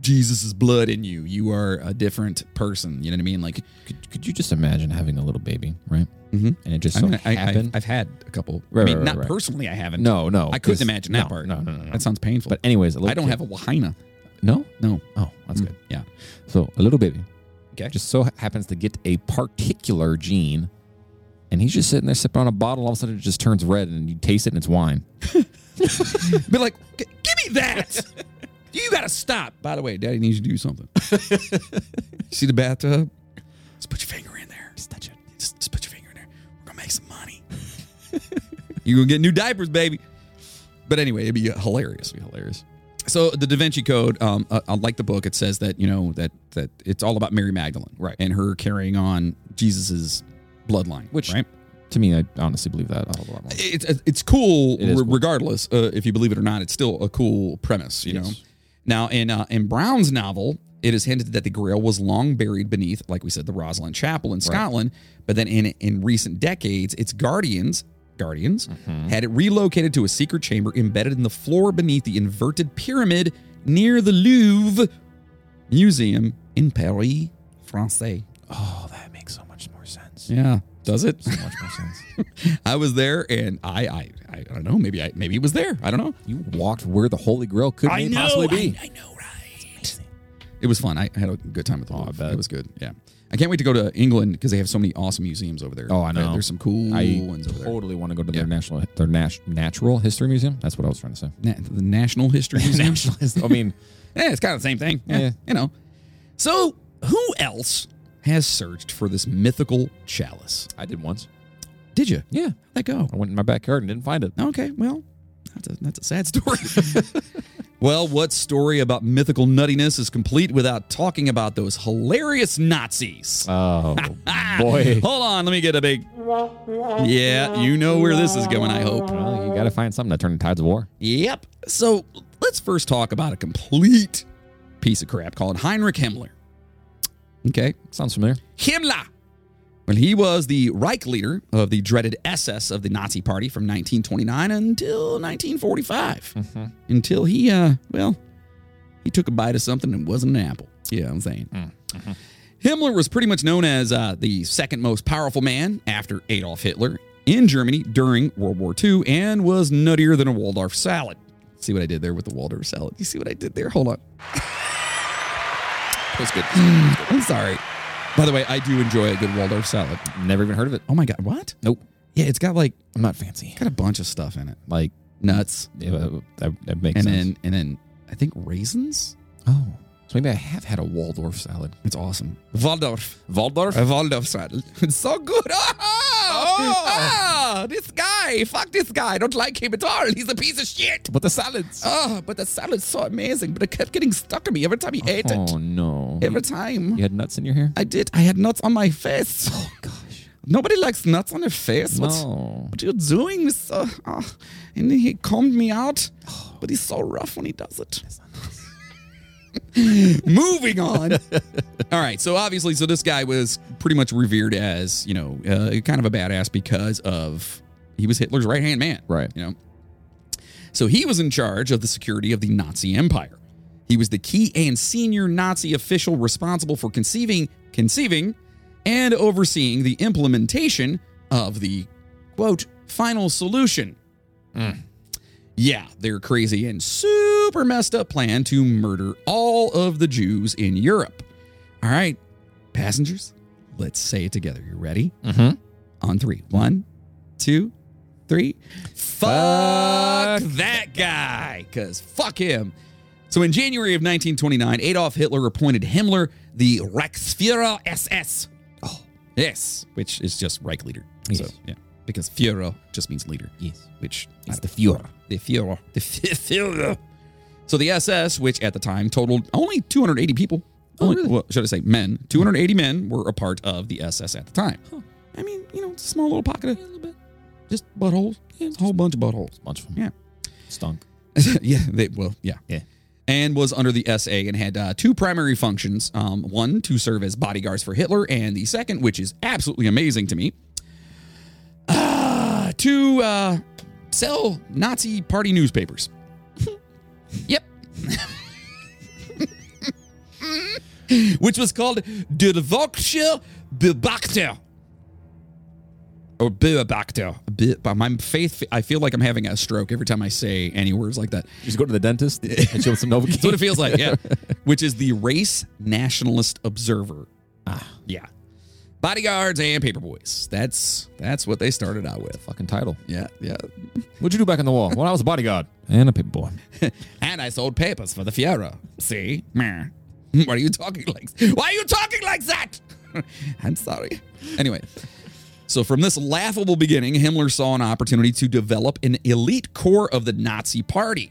Jesus' blood in you. You are a different person. You know what I mean? Like,
Could, could you just imagine having a little baby, right?
Mhm.
And it just
I
so
mean, I,
happened?
I, have had a couple. I
Right,
mean,
right, right,
not
right.
personally, I haven't.
no, no.
I couldn't
'cause-
imagine that
no,
part.
No, no, no. no.
That sounds painful.
but anyways, a little
I don't
kid-
have a Lahaina.
No?
No. Mm.
Oh, that's good.
Yeah.
So a little baby
Okay.
just so happens to get a particular gene, and he's just sitting there sipping on a bottle. All of a sudden, it just turns red, and you taste it, and it's wine.
Be like, "G- give me that. you got to stop. By the way, daddy needs you to do something. See the bathtub? Just put your finger in there.
Just touch it.
Just, just put your finger in there. We're going to make some money. You're going to get new diapers, baby. But anyway, it'd be uh, hilarious.
Be hilarious.
So the Da Vinci Code, um, uh, uh, like the book, it says that you know that that it's all about Mary Magdalene,
Right.
and her carrying on Jesus's bloodline,
Which-
right?
To me, I honestly believe that a whole lot more.
it's it's cool,
It is
re-
cool.
regardless uh, if you believe it or not. It's still a cool premise, you know.
Yes.
Now in uh, in Brown's novel, it is hinted that the Grail was long buried beneath, like we said, the Rosalind Chapel in Scotland. But then in in recent decades, its guardians guardians,
Mm-hmm.
had it relocated to a secret chamber embedded in the floor beneath the inverted pyramid near the Louvre Museum in Paris, France.
Oh, that makes so much more sense.
Yeah, does it?
So much more sense.
I was there, and I, I, I don't know. Maybe I, maybe it was there. I don't know.
You walked where the Holy Grail could may possibly be.
I, I know, right? It was fun. I, I had a good time with the Louvre.
Oh, bet.
It was good. Yeah, I can't wait to go to England because they have so many awesome museums over there.
Oh, I
There-
know.
There's some cool
I
ones over there.
totally want to go to their national, their nat- natural history museum. That's what I was trying to say.
Na- the National History Museum.
National history. I mean,
Yeah, it's kind of the same thing. Yeah,
Yeah.
You know. So, who else has searched for this mythical chalice?
I did once.
Did you?
Yeah,
Let go.
I went in my backyard and didn't find it.
Okay, well, that's a, that's a sad story. well, what story about mythical nuttiness is complete without talking about those hilarious Nazis?
Oh
Ah,
boy!
Hold on, let me get a big. Yeah, you know where this is going, I hope.
Well, you got to find something to turn the tides of war.
Yep. So let's first talk about a complete piece of crap called Heinrich Himmler. Okay.
Sounds familiar.
Himmler. Well, he was the Reich leader of the dreaded SS of the Nazi Party from 1929 until 1945. Until he, uh, well, he took a bite of something and wasn't an apple. Yeah, I'm saying. Himmler was pretty much known as uh, the second most powerful man after Adolf Hitler in Germany during World War II and was nuttier than a Waldorf salad. See what I did there with the Waldorf salad? You see what I did there? Hold on.
That's good.
I'm sorry. By the way, I do enjoy a good Waldorf salad.
Never even heard of it.
Oh my God, what?
Nope.
Yeah, it's got like
I'm not fancy.
got a bunch of stuff in it,
Like
nuts,
yeah, that, that- that makes
and
sense.
then and then I think raisins.
oh, so maybe I have had a Waldorf salad.
It's awesome. Waldorf,
Waldorf.
a Waldorf salad. It's so good. Oh, Ah, this guy, fuck this guy. I don't like him at all. He's a piece of shit.
but the salads.
Oh, but the salad's so amazing. But it kept getting stuck in me every time he ate it.
Oh no!
Every time
You had nuts in your hair?
I did, I had nuts on my face.
Gosh.
Nobody likes nuts on their face. What's
No.
what are you doing, Mister? Ah, and he combed me out, but he's so rough when he does it. Moving on. All right, so obviously, so this guy was pretty much revered as you know, uh, kind of a badass because of he was Hitler's right hand man,
Right.
You know, so he was in charge of the security of the Nazi Empire. He was the key and senior Nazi official responsible for conceiving, conceiving, and overseeing the implementation of the quote final solution. Hmm. Yeah, their crazy and super messed up plan to murder all of the Jews in Europe. All right, passengers, let's say it together. You ready?
Mm-hmm.
on three. One, two, three. Fuck,
Fuck
that guy, because fuck him. So in January of 1929, Adolf Hitler appointed Himmler the Reichsführer SS. Oh, yes, which is just Reich leader. So,
Yes.
yeah, because Führer just means leader
Yes.
which
It's the Fuhrer.
The Fuhrer. The Fu- Fuhrer. So the SS, which at the time totaled only 280 people, only, well, should I say men? 280 men were a part of the SS at the time. I mean, you know, it's a small little pocket of, just buttholes. Yeah, it's a whole bunch of buttholes.
Bunch of them.
Yeah.
Stunk.
yeah, they, well, yeah.
Yeah.
And was under the SA and had uh, two primary functions. Um, one, to serve as bodyguards for Hitler, and the second, which is absolutely amazing to me, uh, to uh, sell Nazi party newspapers. yep. which was called Der Volksche Beobachter. Or Beobachter. Be- by my faith, I feel like I'm having a stroke every time I say any words like that.
Just go to the dentist and show some Novocaine.
That's what it feels like, yeah. Which is the Race Nationalist Observer. Ah, yeah. Bodyguards and paperboys. That's that's what they started out with.
Fucking title.
Yeah, yeah.
What'd you do back on the wall? Well, I was a bodyguard and a paper boy.
And I sold papers for the Fiera. See, Meh. what are you talking like? Why are you talking like that? I'm sorry. Anyway. So, from this laughable beginning, Himmler saw an opportunity to develop an elite core of the Nazi Party.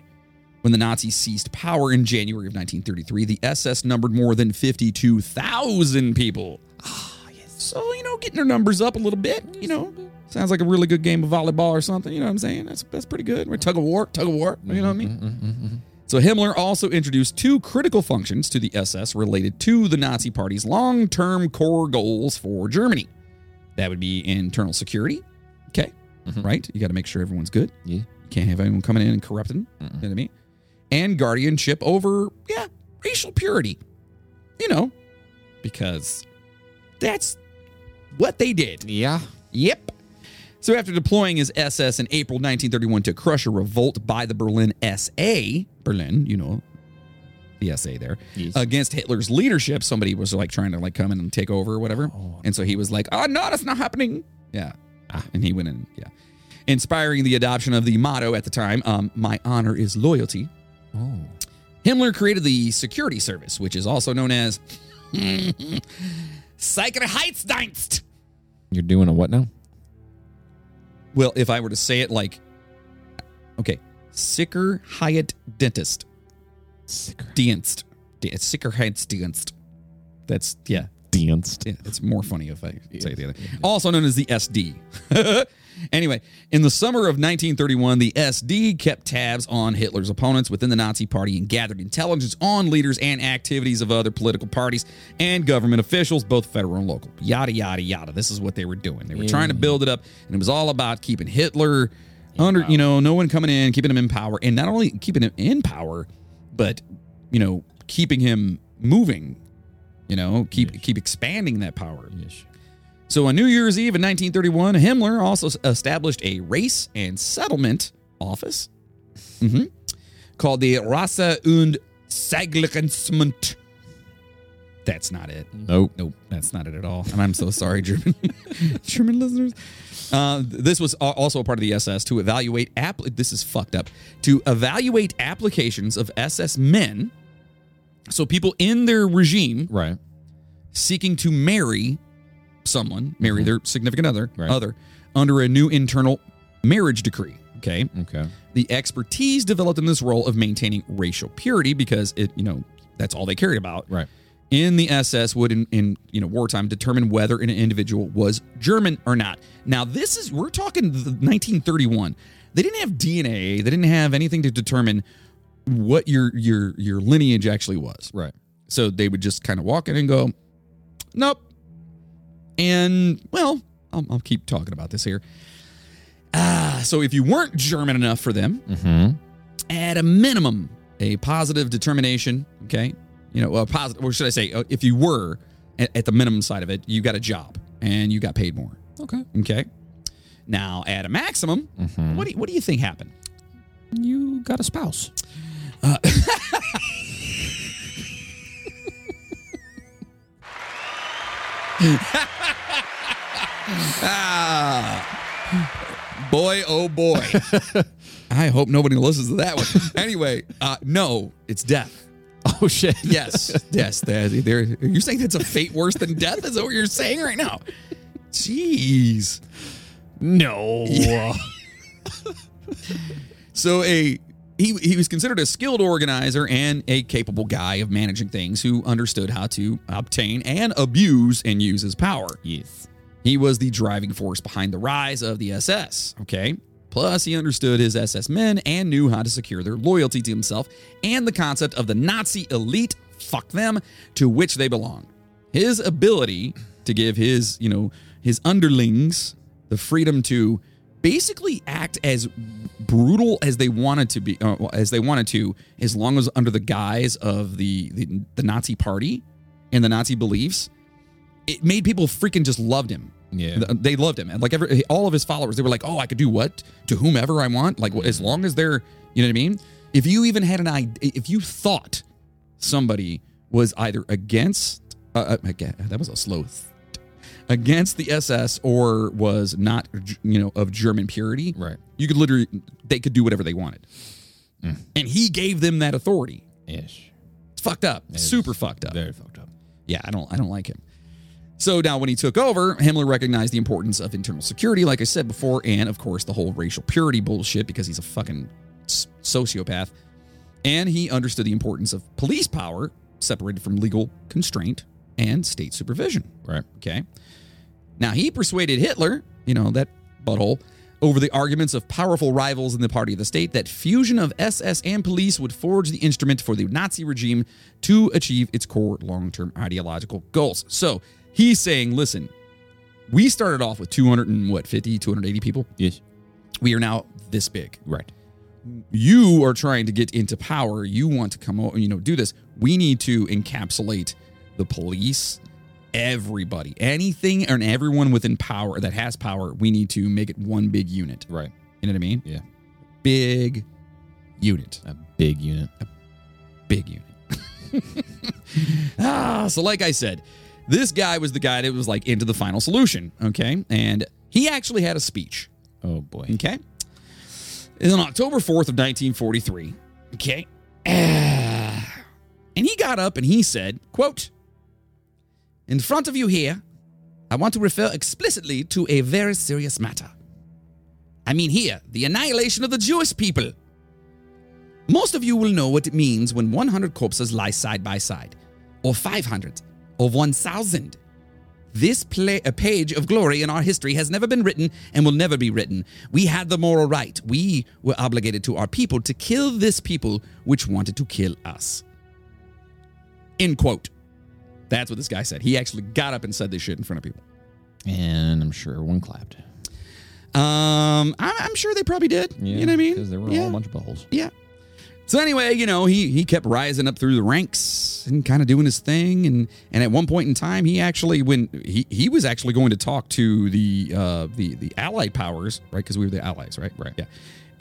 When the Nazis seized power in January of 1933, the SS numbered more than 52,000 people. Ah, yes. So, you know, getting their numbers up a little bit, you know, sounds like a really good game of volleyball or something. You know what I'm saying? That's, that's pretty good. We're tug of war, tug of war. You know what I mean? So Himmler also introduced two critical functions to the SS related to the Nazi Party's long term core goals for Germany. That would be internal security, okay,
Mhm.
right? You got to make sure everyone's good.
Yeah.
You can't have anyone coming in and corrupting. You know what I mean? And guardianship over, yeah, racial purity. You know, because that's what they did.
Yeah.
Yep. So after deploying his SS in April 1931 to crush a revolt by the Berlin SA, Berlin, you know, the SA there,
Yes.
against Hitler's leadership, somebody was like trying to like come in and take over or whatever. And so he was like, oh, no, that's not happening. Yeah. Ah, And he went in, yeah. Inspiring the adoption of the motto at the time, um, my honor is loyalty.
Oh.
Himmler created the security service, which is also known as Sicherheitsdienst.
You're doing a what now?
Well, if I were to say it like, okay, Sicker Hyatt Dentist.
Sicker.
Dienst. D- It's Sicker Hyatt Dienst. That's, yeah.
Danced.
yeah, It's more funny if I say it the other. Also known as the SD. anyway, in the summer of 1931, the SD kept tabs on Hitler's opponents within the Nazi party and gathered intelligence on leaders and activities of other political parties and government officials, both federal and local. Yada, yada, yada. This is what they were doing. They were trying to build it up, and it was all about keeping Hitler under, you know, no one coming in, keeping him in power, and not only keeping him in power, but, you know, keeping him moving you know, keep keep expanding that power. So on New Year's Eve in 1931, Himmler also s- established a race and settlement office mhm, called the Rasse und Saglichensmund. That's not it.
Nope.
Mm-hmm. Nope, that's not it at all. And I'm so sorry, German German listeners. Uh, this was al- also a part of the SS to evaluate app. This is fucked up. To evaluate applications of SS men, so people in their regime
Right.
seeking to marry someone, marry their significant other,
Mm-hmm. Right.
other under a new internal marriage decree. Okay.
Okay.
The expertise developed in this role of maintaining racial purity because it, you know, that's all they cared about
Right.
in the SS would in, in you know wartime determine whether an individual was German or not. Now this is we're talking the 1931. They didn't have DNA. They didn't have anything to determine what your your your lineage actually was.
Right.
So they would just kind of walk in and go, nope. And well, I'll, I'll keep talking about this here. Ah, so if you weren't German enough for them,
Mm-hmm.
at a minimum, a positive determination. Okay, you know, a positive, or should I say, uh, if you were at, at the minimum side of it, you got a job and you got paid more.
Okay.
Okay, now at a maximum,
Mhm.
what do you, what do you think happened?
You got a spouse.
Boy, oh boy! I hope nobody listens to that one. Anyway, uh, no, it's death.
Oh shit.
Yes, yes. There, there, you're saying that's a fate worse than death? Is that what you're saying right now? Jeez.
No.
So a he he was considered a skilled organizer and a capable guy of managing things who understood how to obtain and abuse and use his power.
yes.
He was the driving force behind the rise of the SS, okay? Plus, he understood his SS men and knew how to secure their loyalty to himself and the concept of the Nazi elite, fuck them, to which they belong. His ability to give his, you know, his underlings the freedom to basically act as brutal as they wanted to be, uh, as they wanted to, as long as under the guise of the, the, the Nazi party and the Nazi beliefs, it made people freaking just loved him.
Yeah.
Th- They loved him, and like every all of his followers, they were like, "Oh, I could do what to whomever I want, like wh-
Mm-hmm.
as long as they're, you know what I mean." If you even had an idea, if you thought somebody was either against, uh, uh, again, that was a slow, th- against the SS or was not, you know, of German purity,
Right. Mm.
you could literally, they could do whatever they wanted, and he gave them that authority.
Ish.
It's fucked up, super fucked up.
Very fucked up.
Yeah, I don't I don't like him. So now when he took over, Himmler recognized the importance of internal security, like I said before, and of course the whole racial purity bullshit because he's a fucking s- sociopath. And he understood the importance of police power separated from legal constraint and state supervision.
Right.
Okay. Now he persuaded Hitler, you know, that butthole, over the arguments of powerful rivals in the party of the state that fusion of SS and police would forge the instrument for the Nazi regime to achieve its core long term ideological goals. So he's saying, listen, we started off with 200 and what, 50, 280 people?
Yes.
We are now this big.
Right.
You are trying to get into power. You want to come, o- you know, do this. We need to encapsulate the police, everybody, anything and everyone within power that has power. We need to make it one big unit.
Right.
You know what I mean?
Yeah.
Big unit.
A big unit.
big unit. ah, so like I said, this guy was the guy that was like into the final solution, okay? And he actually had a speech,
Oh boy.
okay? It's on October 4th of 1943, okay? Ah. and he got up and he said, quote, In front of you here, I want to refer explicitly to a very serious matter. I mean here, the annihilation of the Jewish people. Most of you will know what it means when 100 corpses lie side by side, or 500, or 1,000. This pla a page of glory in our history has never been written and will never be written. We had the moral right. We were obligated to our people to kill this people which wanted to kill us. End quote. That's what this guy said. He actually got up and said this shit in front of people.
And I'm sure one clapped.
Um, I'm, I'm sure they probably did. you know what I mean?
Because there were a
yeah.
whole bunch of buttholes.
Yeah. So anyway, you know, he he kept rising up through the ranks and kind of doing his thing, and and at one point in time, he actually when he he was actually going to talk to the uh, the the Allied powers, right? Because we were the Allies, right? Right. Yeah.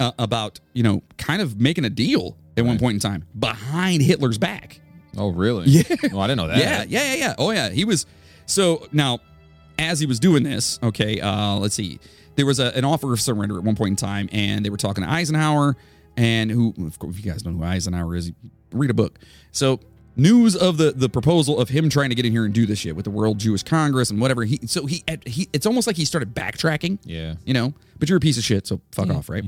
Uh, about you know, kind of making a deal at one point in time behind Hitler's back.
Oh really? Yeah. Well, I didn't know that.
Yeah, yeah, yeah, yeah. Oh yeah, he was. So now, as he was doing this, okay, uh, let's see. There was a, an offer of surrender at one point in time, and they were talking to Eisenhower, and who, of course, if you guys know who Eisenhower is, read a book. So news of the the proposal of him trying to get in here and do this shit with the World Jewish Congress and whatever. He so he, he it's almost like he started backtracking
Yeah.
you know but you're a piece of shit so fuck off right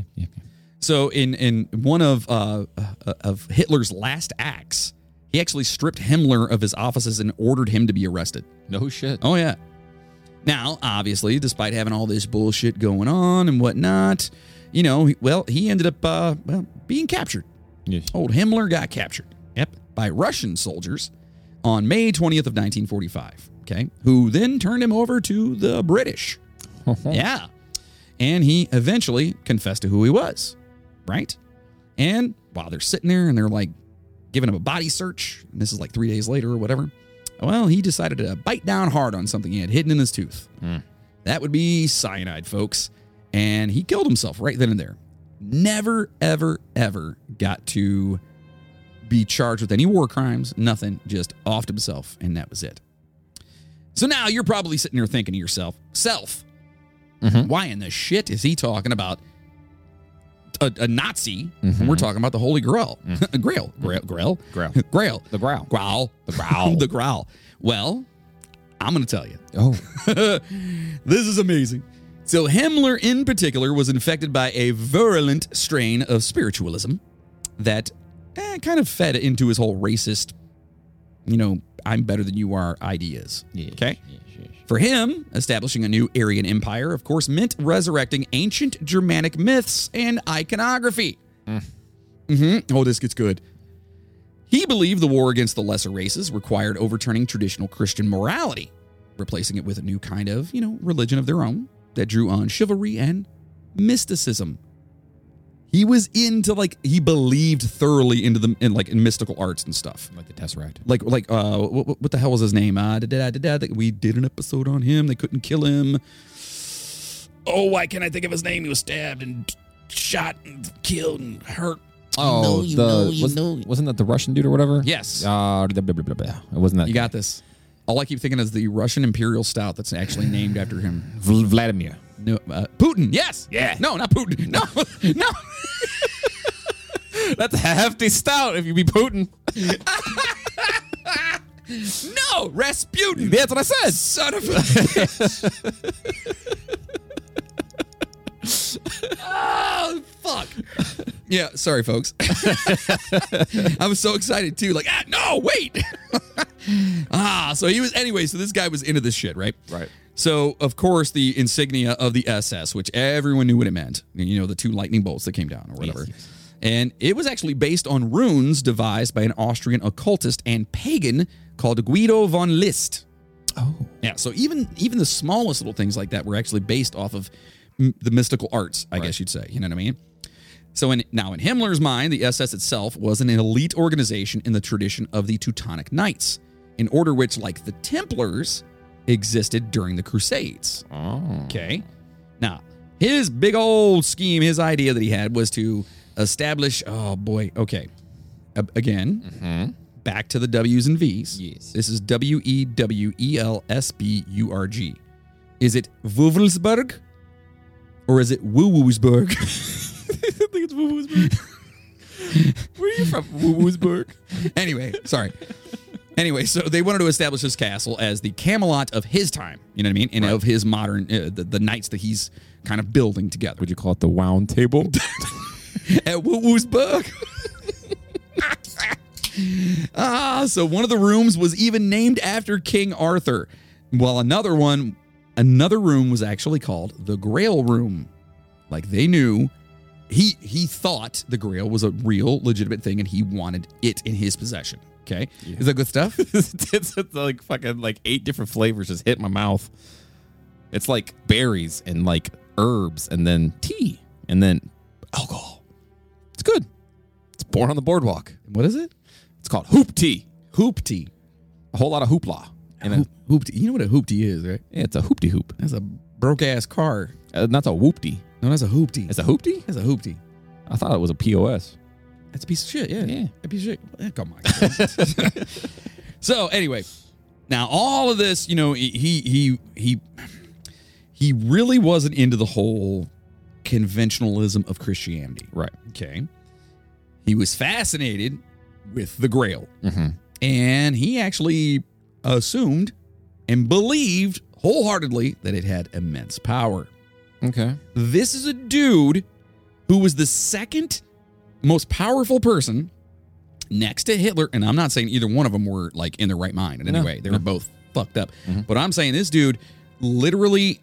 so in in one of uh uh, of hitler's last acts he actually stripped himmler of his offices and ordered him to be arrested
No shit.
oh yeah now obviously despite having all this bullshit going on and whatnot you know he- well he ended up uh well being captured
Yeah.
old Himmler got captured. Yep. By Russian soldiers on May 20th of 1945. Okay. Who then turned him over to the British. yeah. And he eventually confessed to who he was. Right. And while they're sitting there and they're like giving him a body search, and this is like three days later or whatever, well, he decided to bite down hard on something he had hidden in his tooth. That would be cyanide, folks. And he killed himself right then and there. Never, ever, ever got to be charged with any war crimes, nothing, just offed himself, and that was it. So now you're probably sitting there thinking to yourself, self, why in the shit is he talking about a, a Nazi? We're talking about the Holy Grail. Grail. Grail. Grail.
Grail.
Grail.
The brow.
Growl. The growl. the growl. Well, I'm going to tell you.
Oh.
This is amazing. So, Himmler in particular was infected by a virulent strain of spiritualism that eh, kind of fed into his whole racist, you know, I'm better than you are ideas. Okay? For him, establishing a new Aryan empire, of course, meant resurrecting ancient Germanic myths and iconography. hmm Oh, this gets good. He believed the war against the lesser races required overturning traditional Christian morality, replacing it with a new kind of, you know, religion of their own that drew on chivalry and mysticism. He was into like he believed thoroughly into the in like in mystical arts and stuff
Like the Tesseract.
like like uh what, what- what the hell was his name uh da, da, da, da, da, we did an episode on him they couldn't kill him oh why can't i think of his name he was stabbed and shot and killed and hurt
Oh,
you
the
know, you
was,
know.
wasn't that the Russian dude or whatever?
yes
Uh, blah, blah, blah, blah. It wasn't that
you got this all i keep thinking is the russian imperial stout that's actually named after him
Vl- Vladimir.
no, uh, putin yes
Yeah.
no not putin no no
That's a hefty stout if you be Putin.
no rasputin
That's what I said.
son of a oh fuck yeah sorry folks i was so excited too like ah, no wait ah so he was anyway so this guy was into this shit right
Right.
so of course the insignia of the ss which everyone knew what it meant you know the two lightning bolts that came down or whatever and it was actually based on runes devised by an austrian occultist and pagan called guido von list yeah. So even even the smallest little things like that were actually based off of m- the mystical arts, I guess you'd say. You know what I mean? So in, now in Himmler's mind, the SS itself was an elite organization in the tradition of the Teutonic Knights, an order which, like the Templars, existed during the Crusades.
Oh.
Okay. Now, his big old scheme, his idea that he had was to establish, oh boy, okay. A- again, back to the W's and V's.
Mm-hmm. Yes.
This is W E W E L S B U R G. Is it Wuvelsberg or is it Woo-Woosburg?
I think it's Woosburg. Where are you from? Woosburg.
anyway, sorry. Anyway, so they wanted to establish this castle as the Camelot of his time, you know what I mean, and of his modern uh, the, the knights that he's kind of building together.
Would you call it the Wound Table?
at Woo Woo's Book. ah, so one of the rooms was even named after King Arthur, while another one, another room was actually called the Grail Room. Like they knew, he he thought the Grail was a real legitimate thing, and he wanted it in his possession. Okay, is that good stuff?
it's, it's like fucking like eight different flavors just hit my mouth. It's like berries and like herbs and then tea and then alcohol. It's good. It's born on the boardwalk.
what is it?
It's called hoop tea.
Hoopty.
A whole lot of hoopla. And
Hoop, hoopty. You know what a hoopty is, right?
yeah, it's a hoopty hoop.
That's a broke ass car.
Uh, that's a whoopty.
No, that's a hoopty.
It's a hoopty?
That's a hoopty.
I thought it was a POS.
That's a piece of shit. Yeah.
Yeah.
A piece of shit. Eh, Come on. so anyway, now all of this, you know, he he he he really wasn't into the whole conventionalism of Christianity.
Right.
Okay. He was fascinated with the Grail.
Mhm.
And he actually assumed and believed wholeheartedly that it had immense power.
Okay.
This is a dude who was the second most powerful person next to Hitler. And I'm not saying either one of them were like in their right mind in any
No,
way. They
no.
were both fucked up.
Mhm.
But I'm saying this dude literally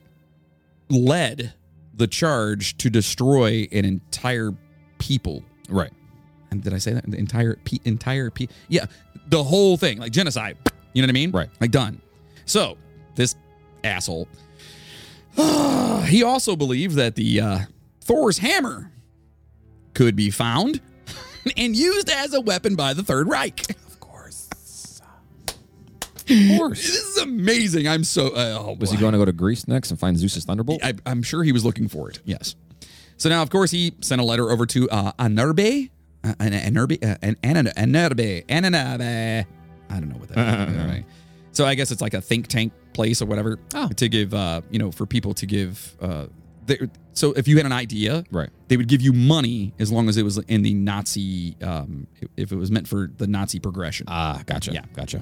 led the charge to destroy an entire people.
Right.
And did I say that? The entire pe- entire pe- yeah, the whole thing, like genocide. You know what I mean?
Right.
Like done. So this asshole. he also believed that the uh, Thor's hammer could be found and used as a weapon by the Third Reich. Of course. Of course. This is amazing. I'm so. Uh, oh,
Was he going to go to Greece next and find Zeus's thunderbolt?
I, I'm sure he was looking for it. Yes. So now, of course, he sent a letter over to uh, Anarbe, uh, An- Anarbe, uh, An- Anan- Anarbe, Ananabe. I don't know what that is. Anyway. So I guess it's like a think tank place or whatever
Oh.
to give, uh, you know, for people to give. Uh, their, so if you had an idea,
Right.
they would give you money as long as it was in the Nazi, um, if it was meant for the Nazi progression.
Ah, gotcha.
Yeah.
Gotcha.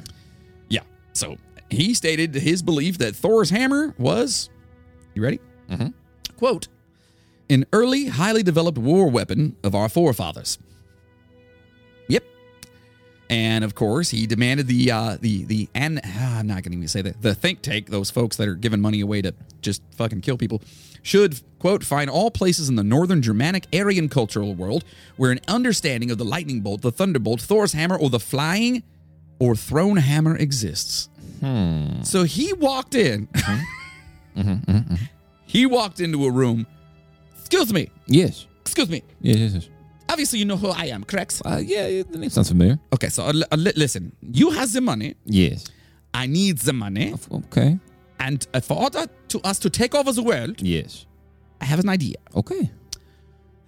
Yeah. So he stated his belief that Thor's hammer was, you ready?
Mhm.
Quote, an early, highly developed war weapon of our forefathers. Yep. And of course, he demanded the uh, the the and ah, I'm not going to even say that the think tank, those folks that are giving money away to just fucking kill people, should quote find all places in the northern Germanic Aryan cultural world where an understanding of the lightning bolt, the thunderbolt, Thor's hammer, or the flying or thrown hammer exists. So he walked in. Mm-hmm. He walked into a room. Excuse me.
Yes.
Excuse me.
Yes, yes, yes.
Obviously, you know who I am, correct?
Uh, yeah, yeah, the name sounds familiar.
Okay, so uh, li- uh, li- listen. You has the money.
Yes.
I need the money.
Okay.
And uh, for order to us to take over the world,
Yes.
I have an idea.
Okay.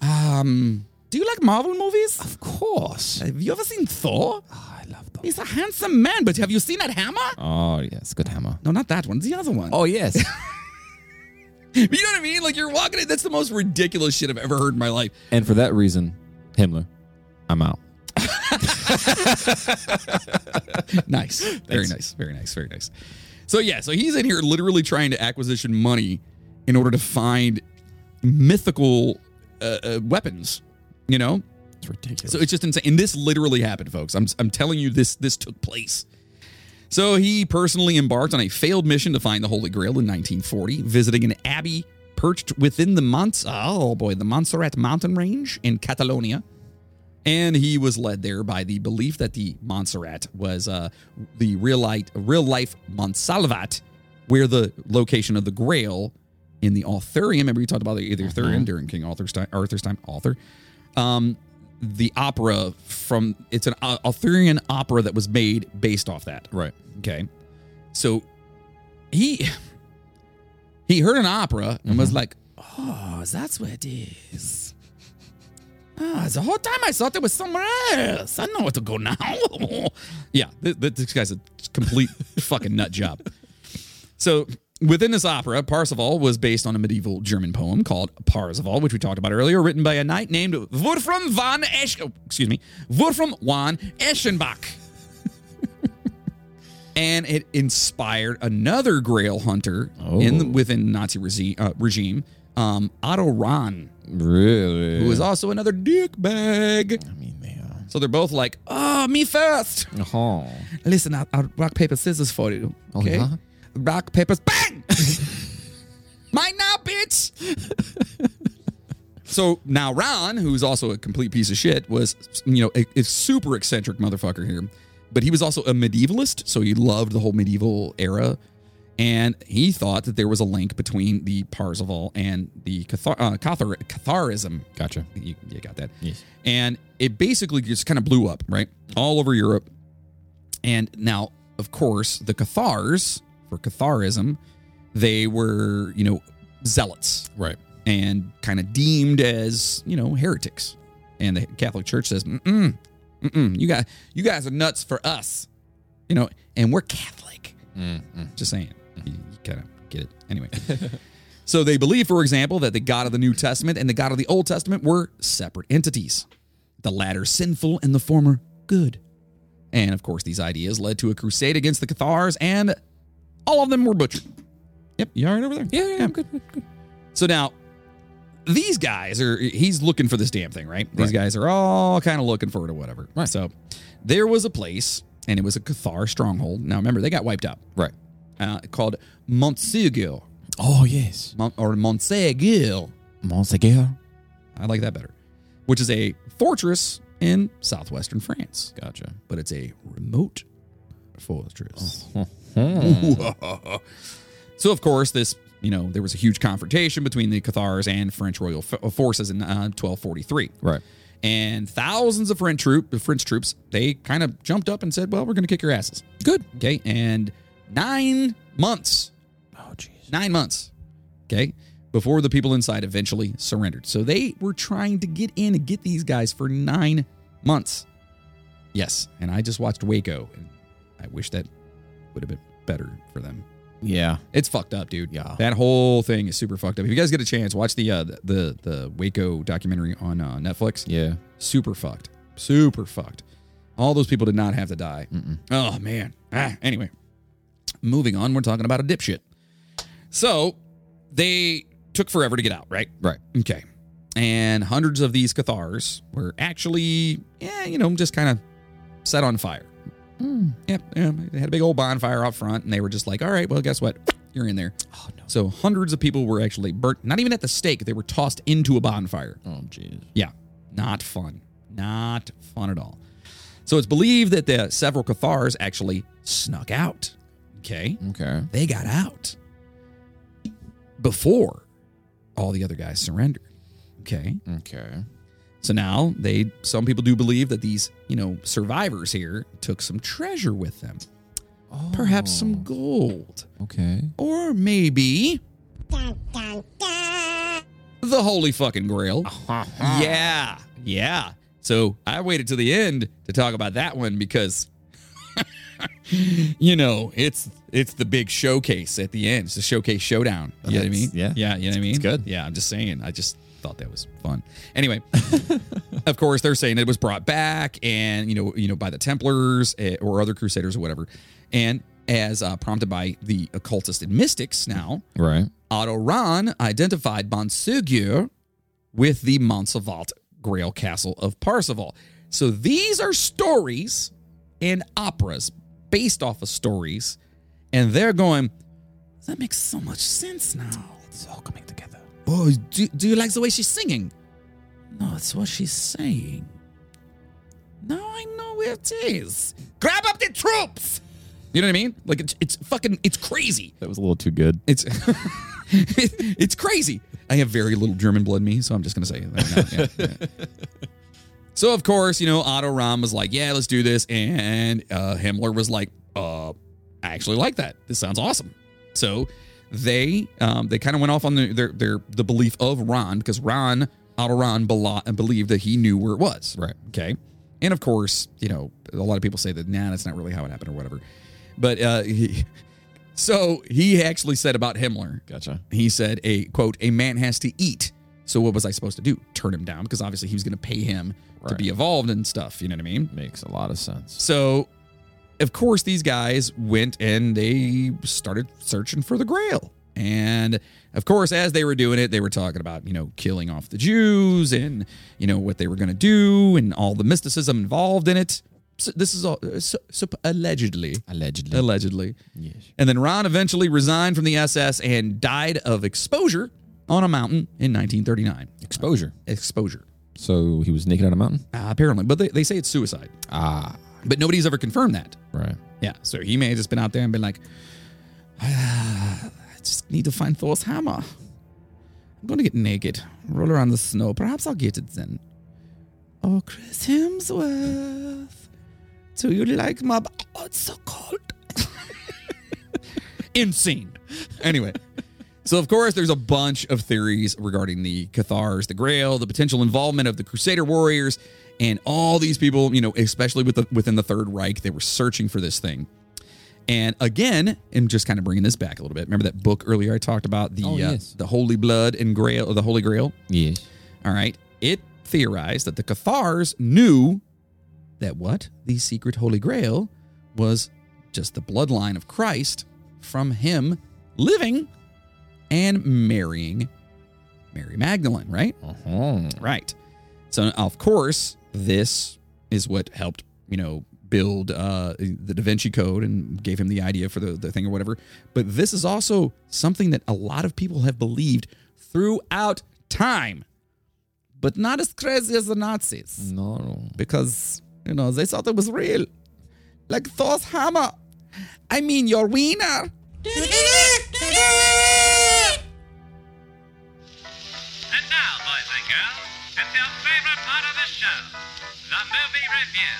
Um, do you like Marvel movies?
Of course.
Have you ever seen Ah, Thor?
I love them.
He's a handsome man, but have you seen that hammer?
Oh yes, good hammer.
No, not that one. The other one.
Oh yes.
You know what I mean? Like you're walking in. That's the most ridiculous shit I've ever heard in my life.
and for that reason, Himmler, I'm out.
nice. Very nice. Very nice. Very nice. So yeah, so he's in here literally trying to acquisition money in order to find mythical uh, uh, weapons. You know,
It's ridiculous.
so it's just insane. And this literally happened, folks. I'm I'm telling you, this this took place. So he personally embarked on a failed mission to find the Holy Grail in 1940, visiting an abbey perched within the Mont oh boy the Montserrat mountain range in Catalonia. And he was led there by the belief that the Montserrat was uh, the real life, real life Montsalvat, where the location of the Grail in the Arthurian. Remember, we talked about the Arthurian during King Arthur's time. Arthur's time, Arthur. Um, the opera from it's an Ar- Arthurian opera that was made based off that.
Right.
Okay, so he he heard an opera and was like, "Oh, that's where it is." Ah, the whole time I thought it was somewhere else. I know where to go now. yeah, th- th- this guy's a complete fucking nut job. So within this opera, Parzival was based on a medieval German poem called Parzival, which we talked about earlier, written by a knight named Wolfram von Esch. oh, excuse me, Wolfram von Eschenbach. and it inspired another Grail hunter in the, within Nazi regi- uh, regime, um, Otto Rahn,
Really?
who was also another dick bag.
I mean, they are.
So they're both like, "Oh, me first.
Oh.
Listen, I'll, I'll rock paper scissors for you. Okay,
yeah?
rock paper bang. Mine now, bitch. so now Ron, who's also a complete piece of shit, was you know a, a super eccentric motherfucker here, but he was also a medievalist, so he loved the whole medieval era. And he thought that there was a link between the Parzival and the Cathar- uh, Cathar- Catharism
Gotcha.
you, you got that.
Yes.
And it basically just kind of blew up, right? All over Europe. And now, of course, the Cathars, for Catharism, they were, you know, zealots
Right.
and kind of deemed as, you know, heretics. And the Catholic Church says, mm-mm, mm-mm, you guys, you guys are nuts for us, you know, and we're Catholic.
Mm-hmm.
Just saying. You, you kind of get it. Anyway. so they believe, for example, that the God of the New Testament and the God of the Old Testament were separate entities, the latter sinful and the former good. And of course, these ideas led to a crusade against the Cathars, and all of them were butchered. Yep, you all right over there? Yeah, yeah, I'm good, good, good. So now, these guys are, he's looking for this damn thing, right? These guys are all kind of looking for it or whatever. Right. So there was a place, and it was a Cathar stronghold. Now remember, they got wiped out
Right.
uh, called Montsegur
Oh, yes.
Mon- or Montsegur.
Monseguer.
I like that better, which is a fortress in southwestern France,
Gotcha.
but it's a remote fortress. so, of course, this you know there was a huge confrontation between the Cathars and French royal f- forces in uh, 1243.
Right.
And thousands of French troop, French troops, they kind of jumped up and said, "Well, we're going to kick your asses." Good. Okay. And nine months
Oh, jeez.
nine months. Okay. Before the people inside eventually surrendered. So they were trying to get in and get these guys for nine months. Yes. And I just watched Waco and I wish that would have been better for them.
Yeah.
It's fucked up, dude.
Yeah.
That whole thing is super fucked up. If you guys get a chance, watch the uh, the the Waco documentary on uh, Netflix.
Yeah.
Super fucked. Super fucked. All those people did not have to die.
Mm-mm.
Oh man. Ah, anyway, moving on. We're talking about a dipshit. So they took forever to get out, right?
Right.
Okay. And hundreds of these Cathars were actually, yeah, you know, just kind of set on fire.
Hmm.
Yep. Yeah, they had a big old bonfire out front, and they were just like, "All right, well, guess what? You're in there."
Oh, no.
So hundreds of people were actually burnt. Not even at the stake; they were tossed into a bonfire.
Oh, jeez.
Yeah, not fun. Not fun at all. So it's believed that the several Cathars actually snuck out. Okay.
Okay.
They got out before all the other guys surrendered. Okay.
Okay.
So now they some people do believe that these, you know, survivors here took some treasure with them. Perhaps some gold.
Okay.
Or maybe the holy fucking grail. Yeah, yeah. So I waited to the end to talk about that one because, you know, it's it's the big showcase at the end. It's the showcase showdown. You know what I mean?
That's- yeah.
yeah. You know what I mean?
good.
Yeah, I'm just saying. I just thought that was fun. Anyway, of course, they're saying it was brought back, and you know, you know, by the Templars eh, or other Crusaders or whatever, and as uh, prompted by the occultists and mystics now.
Right.
Otto Rahn identified Bonsugur with the Monsevalt Grail Castle of Parzival. So these are stories and operas based off of stories, and they're going, that makes so much sense now.
It's all coming together.
Oh, do, do you like the way she's singing? No, it's what she's saying. Now I know where it is. Grab up the troops! You know what I mean? Like, it's, it's fucking, it's crazy.
That was a little too good.
It's it's crazy. I have very little German blood in me, so I'm just gonna say. that now. Yeah, yeah. So of course, you know, Otto Rahm was like, "Yeah, let's do this," and uh, Himmler was like, "Uh, I actually like that. This sounds awesome." So they um, they kind of went off on the, their their the belief of Ron because Ron Otto Ron belo- believed that he knew where it was.
Right.
Okay. And of course, you know, a lot of people say that, nah, that's not really how it happened or whatever. But uh, he, so he actually said about Himmler,
Gotcha.
he said a quote a man has to eat so what was i supposed to do turn him down because obviously he was going to pay him to
Right.
be involved and stuff you know what i mean
Makes a lot of sense.
so of course these guys went and they started searching for the grail and of course as they were doing it they were talking about you know killing off the jews and you know what they were going to do and all the mysticism involved in it so this is all uh, so, so allegedly
Allegedly.
allegedly
yes.
and then Ron eventually resigned from the SS and died of exposure on a mountain in 1939.
Exposure.
Exposure,
So he was naked on a mountain?
uh, apparently. But they, they say it's suicide.
Ah.
But nobody's ever confirmed that.
Right.
Yeah. So he may have just been out there and been like, "Ah, I just need to find Thor's hammer. I'm going to get naked, roll around the snow. Perhaps I'll get it then. Oh, Chris Hemsworth. Do you like my. b- Oh, it's so cold. Insane. Anyway. So, of course, there's a bunch of theories regarding the Cathars, the Grail, the potential involvement of the Crusader warriors, and all these people, you know, especially with the, within the Third Reich, they were searching for this thing. And again, I'm just kind of bringing this back a little bit. Remember that book earlier I talked about the
Oh, yes.
uh, the Holy Blood and Grail, or the Holy Grail?
Yes.
All right. It theorized that the Cathars knew that what? The secret Holy Grail was just the bloodline of Christ from him living and marrying Mary Magdalene, right?
Uh-huh.
Right. So, of course, this is what helped, you know, build uh, the Da Vinci Code and gave him the idea for the, the thing or whatever. But this is also something that a lot of people have believed throughout time, but not as crazy as the Nazis
No.
because, you know, they thought it was real. Like Thor's hammer. I mean, your wiener.
And now, boys and girls, it's your favorite part of the show, the movie review.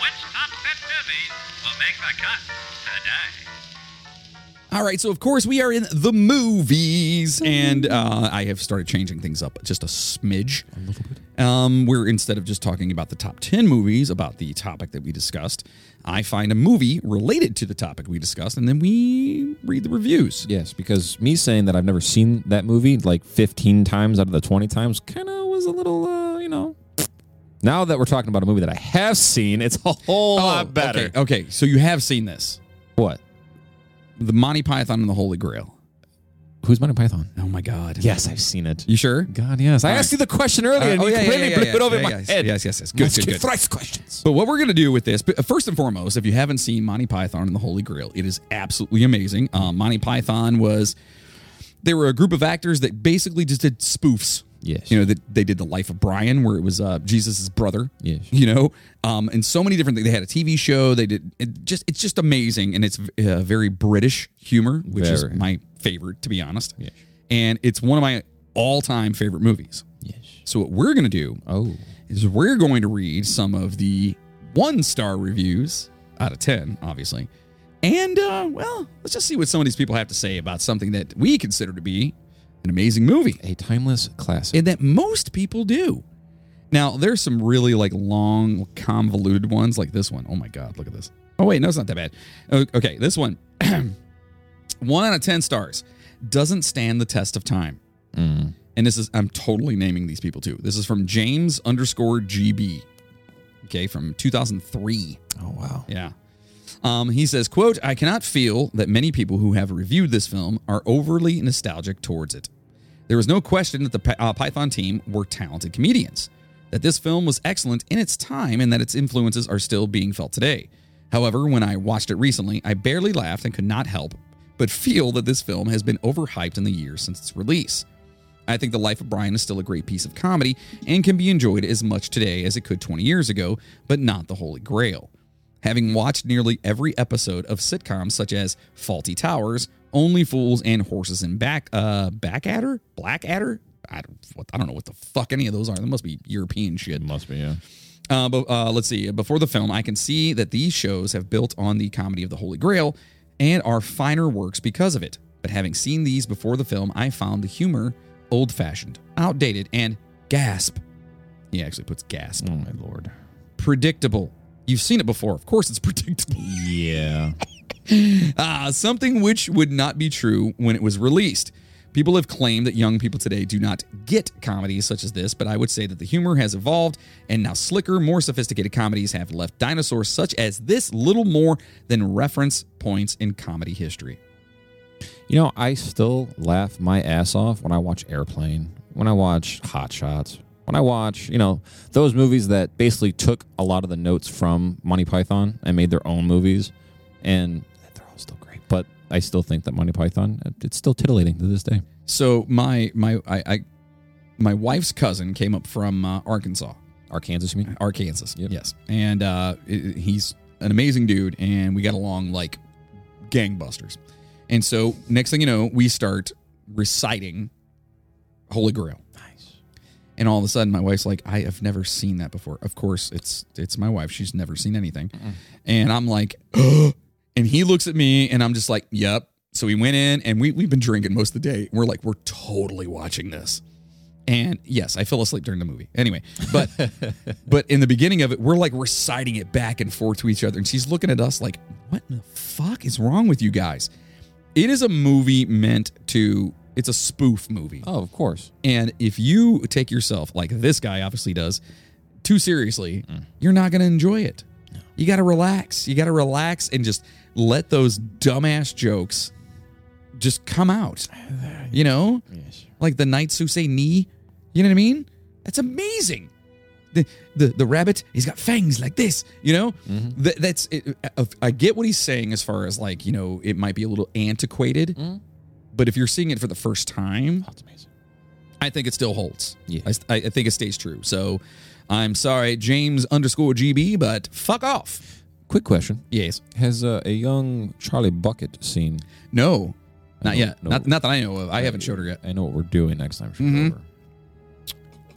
Which top 10 movies will make the cut today?
All right, so of course we are in the movies, and uh, I have started changing things up just a smidge. A little bit. Um, we're instead of just talking about the top ten movies about the topic that we discussed, I find a movie related to the topic we discussed, and then we read the reviews.
Yes, because me saying that I've never seen that movie like 15 times out of the 20 times kind of was a little, uh, you know. Now that we're talking about a movie that I have seen, it's a whole lot better.
Oh,
Uh,
Okay, okay, so you have seen this,
What?
the Monty Python and the Holy Grail.
Who's Monty Python?
Oh my God!
Yes, I've seen it.
you sure?
God, yes. I
All right.
asked you the question earlier, and
Uh,
you completely blew it over
yeah,
my
yes,
head.
Yes, yes, yes. Good, good, good.
Thrice questions.
But what we're going to do with this, but uh, first and foremost, if you haven't seen Monty Python and the Holy Grail, it is absolutely amazing. Um, Monty Python was, they were a group of actors that basically just did spoofs.
Yes.
You know, that they did The Life of Brian, where it was uh, Jesus' brother.
Yes.
You know, um, and so many different things. They had a TV show. They did, it just it's just amazing. And it's uh, very British humor, which
Very.
is my favorite, to be honest.
Yes.
And it's one of my all time favorite movies.
Yes.
So what we're going to do
Oh.
is we're going to read some of the one star reviews out of 10, obviously. And, uh, well, let's just see what some of these people have to say about something that we consider to be an amazing movie
A timeless classic.
and that most people do. Now, there's some really like long, convoluted ones like this one. Oh my God, look at this. Oh, wait, no, it's not that bad. O- Okay, this one. one out of 10 stars doesn't stand the test of time. And this is, I'm totally naming these people too. This is from James underscore GB. Okay, from 2003.
oh, wow.
Yeah. Um, he says, quote, I cannot feel that many people who have reviewed this film are overly nostalgic towards it. There was no question that the Py- uh, Python team were talented comedians, that this film was excellent in its time, and that its influences are still being felt today. However, when I watched it recently, I barely laughed and could not help but feel that this film has been overhyped in the years since its release. I think The Life of Brian is still a great piece of comedy and can be enjoyed as much today as it could 20 years ago, but not the Holy Grail. Having watched nearly every episode of sitcoms such as Faulty Towers, Only Fools and Horses and Back uh Backadder? Blackadder? I don't, what, I don't know what the fuck any of those are. That must be European shit.
It must be, yeah.
Uh, but uh, let's see. Before the film, I can see that these shows have built on the comedy of the Holy Grail and are finer works because of it. But having seen these before the film, I found the humor old fashioned, outdated, and gasp. He actually puts gasp.
Oh my lord.
Predictable. You've seen it before. Of course, it's predictable.
Yeah.
Ah, something which would not be true when it was released. People have claimed that young people today do not get comedies such as this, but I would say that the humor has evolved, and now slicker, more sophisticated comedies have left dinosaurs such as this little more than reference points in comedy history.
You know, I still laugh my ass off when I watch Airplane, when I watch Hot Shots, when I watch, you know, those movies that basically took a lot of the notes from Monty Python and made their own movies. And they're all still great. But I still think that Monty Python, it's still titillating to this day.
So my my I, I my wife's cousin came up from uh, Arkansas,
Arkansas, you mean?
Arkansas,
Yep.
yes, and uh, i- i- he's an amazing dude, and we got along like gangbusters. And so next thing you know, we start reciting Holy Grail.
Nice.
And all of a sudden, my wife's like, "I have never seen that before." Of course, it's it's my wife; she's never seen anything. And I'm like, and he looks at me, and I'm just like, "Yep." So we went in, and we we've been drinking most of the day. We're like, we're totally watching this. And yes, I fell asleep during the movie. Anyway, but but in the beginning of it, we're like reciting it back and forth to each other, and she's looking at us like, "What the fuck is wrong with you guys?" It is a movie meant to. It's a spoof movie.
Oh, of course.
And if you take yourself, like this guy obviously does, too seriously, you're not going to enjoy it. You got to relax. You got to relax and just let those dumbass jokes just come out. You know?
Yes.
Like the knights who say knee. You know what I mean? That's amazing. The, the, the rabbit, he's got fangs like this, you know? That, that's, it, I- I get what he's saying as far as like, you know, it might be a little antiquated, but if you're seeing it for the first time,
That's amazing.
I think it still holds.
Yeah.
I, I I think it stays true. So I'm sorry, James underscore GB, but fuck off.
Quick question.
Yes.
Has uh, a young Charlie Bucket seen?
No. Not
No,
yet.
no.
Not, not that I know of. I haven't showed her yet.
I know what we're doing next time. she's
Mhm.
over.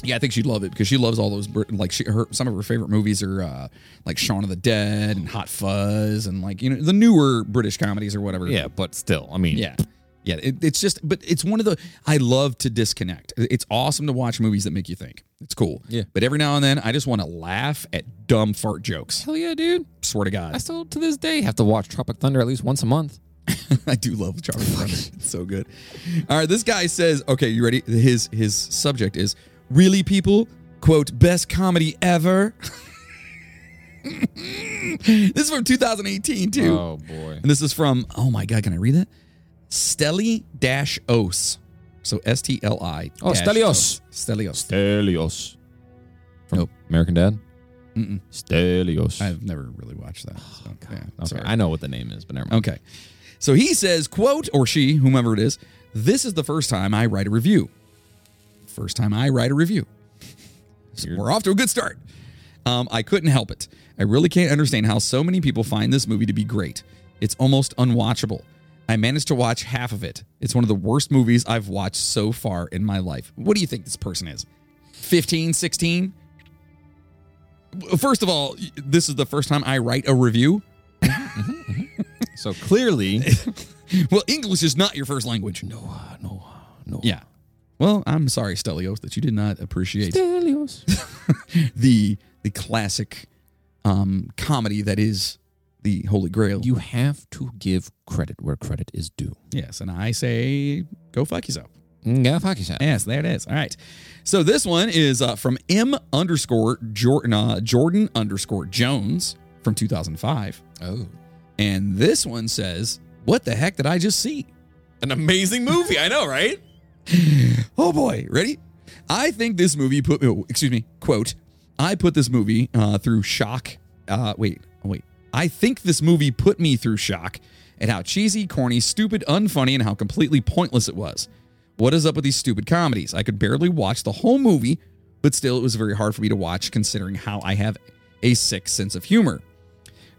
Yeah, I think she'd love it because she loves all those. Brit- Like she, her, some of her favorite movies are uh, like Shaun of the Dead and Hot Fuzz and like you know the newer British comedies or whatever.
Yeah, but still, I mean,
Yeah. Yeah. It, it's just, but it's one of the, I love to disconnect. It's awesome to watch movies that make you think. It's cool.
Yeah.
But every now and then, I just want to laugh at dumb fart jokes.
hell yeah, dude.
Swear to God.
I still to this day have to watch Tropic Thunder at least once a month.
I do love Charlie Thunder. It's so good. All right, this guy says, okay, you ready? His his subject is really people quote best comedy ever. this is from 2018 too,
Oh, boy.
and this is from oh my god, can I read that? Steli dash os, so S T L I.
Oh,
dash
Stelios.
Os. Stelios.
Stelios. From
Nope.
American Dad?
Mm-mm.
Stelios.
I've never really watched that. so, yeah,
okay.
sorry.
I know what the name is, but never mind.
Okay. So he says, quote, or she, whomever it is, this is the first time I write a review. First time I write a review. So we're off to a good start. Um, I couldn't help it. I really can't understand how so many people find this movie to be great. It's almost unwatchable. I managed to watch half of it. It's one of the worst movies I've watched so far in my life. What do you think this person is? 15, 16? First of all, this is the first time I write a review.
So clearly.
Well, English is not your first language.
no, uh, no, uh, no.
Yeah. Well, I'm sorry, Stelios, that you did not appreciate
Stelios.
the the classic um, comedy that is the Holy Grail.
You have to give credit where credit is due.
yes, and I say go fuck yourself.
Yeah, fuck yourself.
Yes, there it is. All right. So this one is uh, from M underscore Jordan uh, Jordan underscore Jones from 2005,
Oh.
and this one says, "What the heck did I just see?"
An amazing movie. I know, right?
Oh boy, ready? I think this movie put oh, excuse me, quote, I put this movie uh, through shock. Uh, wait, wait. I think this movie put me through shock at how cheesy, corny, stupid, unfunny, and how completely pointless it was. What is up with these stupid comedies? I could barely watch the whole movie, but still it was very hard for me to watch considering how I have a sick sense of humor.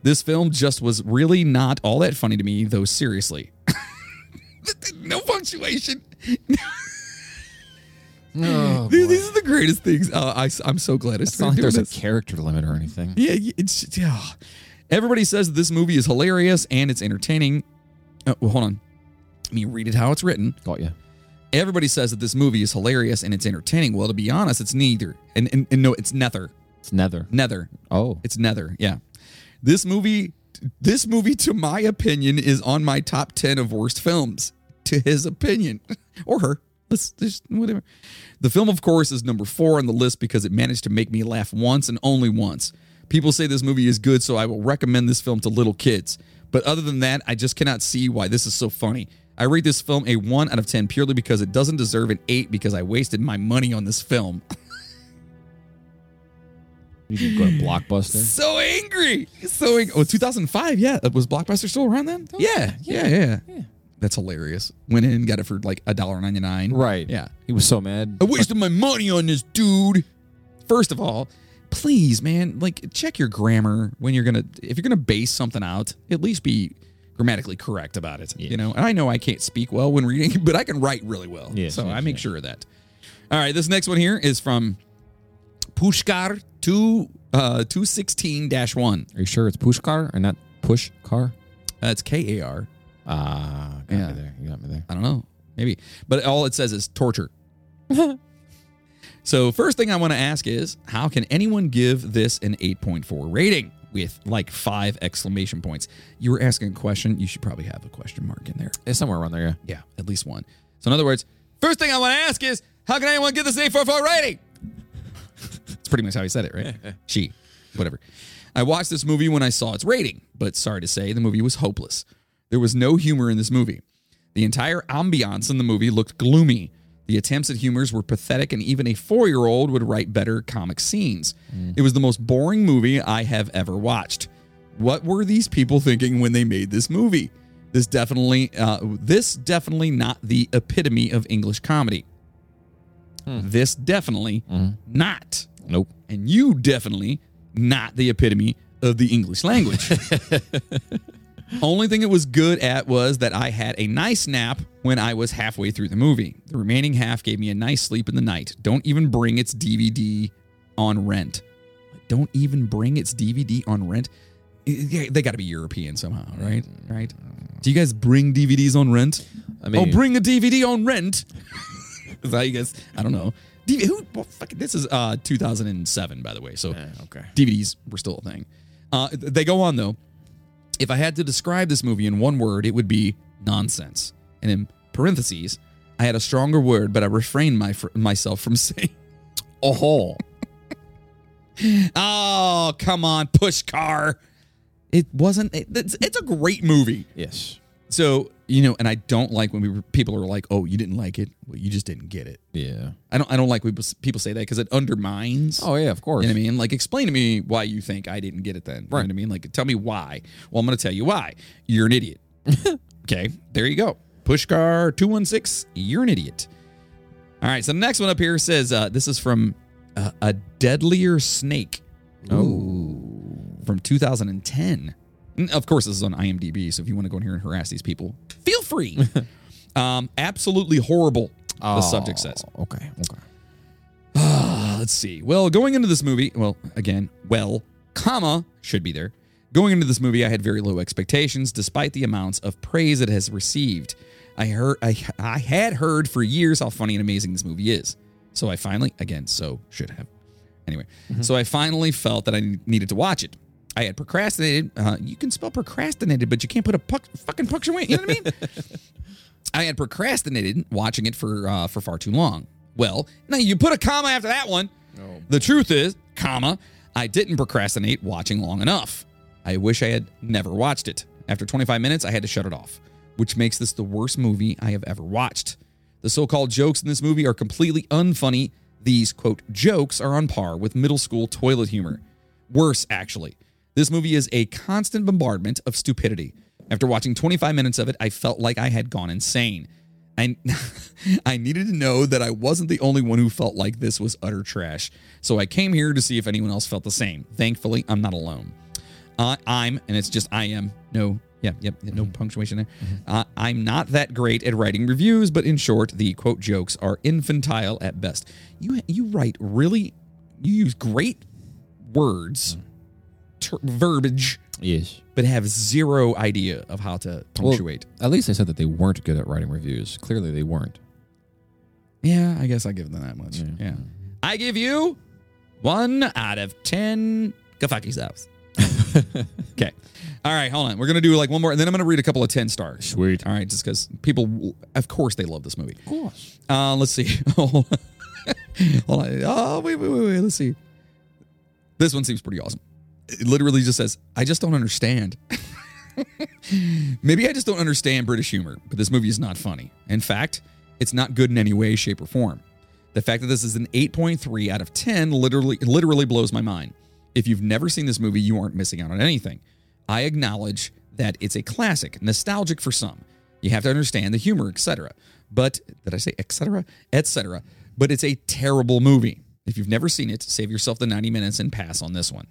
This film just was really not all that funny to me, though seriously. no punctuation. Dude, these are the greatest things. Uh, I, am so glad I
Oh, It's
started
not like
doing
there's
this.
a character limit or anything.
Yeah, y- it's yeah. Everybody says this movie is hilarious and it's entertaining. Uh, well, hold on. Let me read it how it's written.
Got you.
Everybody says that this movie is hilarious and it's entertaining. Well, to be honest, it's neither. And, and, and no, it's nether.
It's Nether.
Nether.
Oh,
It's nether. Yeah. This movie, this movie, to my opinion, is on my top 10 of worst films. To his opinion or her. Let's just whatever. The film, of course, is number four on the list because it managed to make me laugh once and only once. People say this movie is good, so I will recommend this film to little kids. But other than that, I just cannot see why this is so funny. I rate this film a 1 out of 10 purely because it doesn't deserve an 8 because I wasted my money on this film.
you can go to Blockbuster.
So angry. So ang- oh, 2005. Yeah, It was Blockbuster still around then? Yeah, yeah, yeah, That's hilarious. Went in, got it for like a dollar ninety nine.
Right.
Yeah.
He was so mad.
I wasted my money on this dude. First of all, please, man, like check your grammar when you're gonna if you're gonna base something out, at least be grammatically correct about it. You know, and I know I can't speak well when reading, but I can write really well.
Yes,
so
yes,
I make
yes.
sure of that. All right, this next one here is from Pushkar two uh two sixteen dash one.
Are you sure it's push car or not push car?
That's K A R.
Ah, got
Yeah.
me there. You got me there.
I don't know. Maybe. But all it says is torture. so, first thing I want to ask is how can anyone give this an 8.4 rating with like five exclamation points? You were asking a question. You should probably have a question mark in there.
It's somewhere around there. Yeah.
Yeah, at least one. So, in other words, first thing I want to ask is how can anyone give this an 8.4 rating? That's pretty much how he said it, right? she, whatever. I watched this movie when I saw its rating, but sorry to say, the movie was hopeless. There was no humor in this movie. The entire ambiance in the movie looked gloomy. The attempts at humors were pathetic, and even a four year old would write better comic scenes. It was the most boring movie I have ever watched. What were these people thinking when they made this movie? This definitely, uh, this definitely not the epitome of English comedy. This definitely not
Nope.
and you definitely not the epitome of the English language. Only thing it was good at was that I had a nice nap when I was halfway through the movie. The remaining half gave me a nice sleep in the night. Don't even bring its DVD on rent. Don't even bring its DVD on rent. They got to be European somehow, right? Right? Do you guys bring DVDs on rent?
I mean,
oh, bring a DVD on rent. Is that how you guys? I don't know. D- who? Well, fuck, it, this is uh 2007, by the way. So
okay.
DVDs were still a thing. Uh, th- they go on though. If I had to describe this movie in one word, it would be nonsense. And in parentheses, I had a stronger word, but I refrained my fr- myself from saying.
Oh,
Oh, come on, push car. It wasn't. It, it's, it's a great movie.
yes.
So you know, and I don't like when we, people are like, "Oh, you didn't like it. Well, you just didn't get it."
Yeah.
I don't. I don't like when people say that because it undermines.
Oh yeah, of course.
You know what I mean? Like, explain to me why you think I didn't get it then. You know what I mean? Like, tell me why. Well, I'm going to tell you why. You're an idiot. okay. There you go. Pushkar 216, you're an idiot. All right. So the next one up here says uh, this is from uh, A Deadlier Snake. Ooh. From 2010. And of course, this is on IMDb. So if you want to go in here and harass these people, feel free. um, absolutely horrible, the subject says.
Okay. Okay.
Uh, let's see. Well, going into this movie, well, again, well, comma should be there. Going into this movie, I had very low expectations, despite the amounts of praise it has received. I heard, I, I had heard for years how funny and amazing this movie is. So I finally, again, so should have. Anyway, so I finally felt that I needed to watch it. I had procrastinated. Uh, you can spell procrastinated, but you can't put a puck, fucking punctuation. You know what I mean? I had procrastinated watching it for uh, for far too long. Well, now you put a comma after that one. The truth is, comma, I didn't procrastinate watching long enough. I wish I had never watched it. After 25 minutes, I had to shut it off, which makes this the worst movie I have ever watched. The so-called jokes in this movie are completely unfunny. These quote jokes are on par with middle school toilet humor. Worse, actually. This movie is a constant bombardment of stupidity. After watching 25 minutes of it, I felt like I had gone insane. I, I needed to know that I wasn't the only one who felt like this was utter trash. So I came here to see if anyone else felt the same. Thankfully, I'm not alone. Uh, I'm, and it's just I am, no, Yeah, yep, yeah, no punctuation there. Uh, I'm not that great at writing reviews, but in short, the quote jokes are infantile at best. You you write really, you use great words, ter- verbiage,
Yes.
but have zero idea of how to punctuate.
At least they said that they weren't good at writing reviews. Clearly, they weren't.
yeah, I guess I give them that much. Yeah, I give you one out of ten. Kafaki's house. okay. All right, hold on. We're gonna do like one more, and then I'm gonna read a couple of ten stars.
Sweet.
All right, just because people, of course, they love this movie. Of course. Uh, let's see. Hold on. Hold on. Oh, wait, wait, wait, wait. Let's see. This one seems pretty awesome. It literally just says, I just don't understand. Maybe I just don't understand British humor, but this movie is not funny. In fact, it's not good in any way, shape, or form. The fact that this is an 8.3 out of 10 literally literally blows my mind. If you've never seen this movie, you aren't missing out on anything. I acknowledge that it's a classic, nostalgic for some. You have to understand the humor, etc. But did I say etc. etc. But it's a terrible movie. If you've never seen it, save yourself the 90 minutes and pass on this one.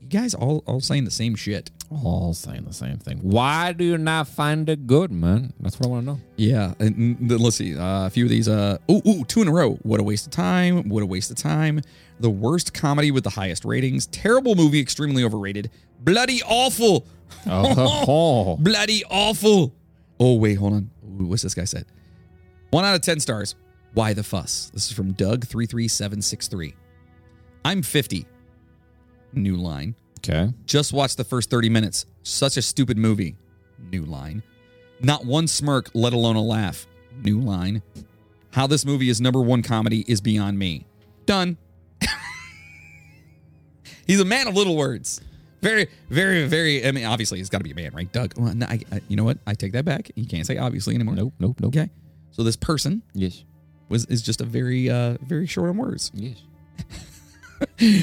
You guys all all saying the same shit.
All saying the same thing. Why do you not find it good, man? That's what I want to know.
Yeah, and and then let's see. Uh, a few of these. Uh, ooh, ooh, two in a row. What a waste of time. What a waste of time. The worst comedy with the highest ratings. Terrible movie. Extremely overrated. Bloody awful.
Oh,
Bloody awful. Oh wait, hold on. Ooh, what's this guy said? One out of ten stars. Why the fuss? This is from Doug three three seven six three. I'm fifty. New line.
okay.
Just watched the first 30 minutes. Such a stupid movie. New line. Not one smirk, let alone a laugh. New line. How this movie is number one comedy is beyond me. Done. he's a man of little words. Very, very, very. I mean, obviously, he's got to be a man, right, Doug? Well, no, I, I, you know what? I take that back. You can't say obviously anymore.
Nope, nope, nope.
Okay. So this person
Yes,
was is just a very, uh, very short on words.
yes.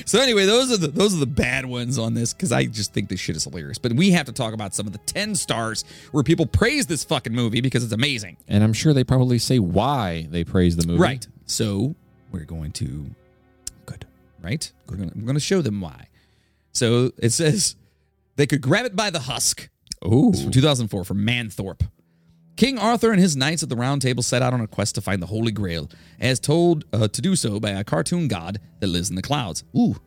So anyway, those are the those are the bad ones on this because I just think this shit is hilarious. But we have to talk about some of the ten stars where people praise this fucking movie because it's amazing.
And I'm sure they probably say why they praise the movie.
Right. So we're going to good. Right. We're gonna, we're gonna show them why. So it says they could grab it by the husk.
Oh,
This is from 2004 from Manthorpe. King Arthur and his knights of the Round Table set out on a quest to find the Holy Grail, as told uh, to do so by a cartoon god that lives in the clouds. Ooh,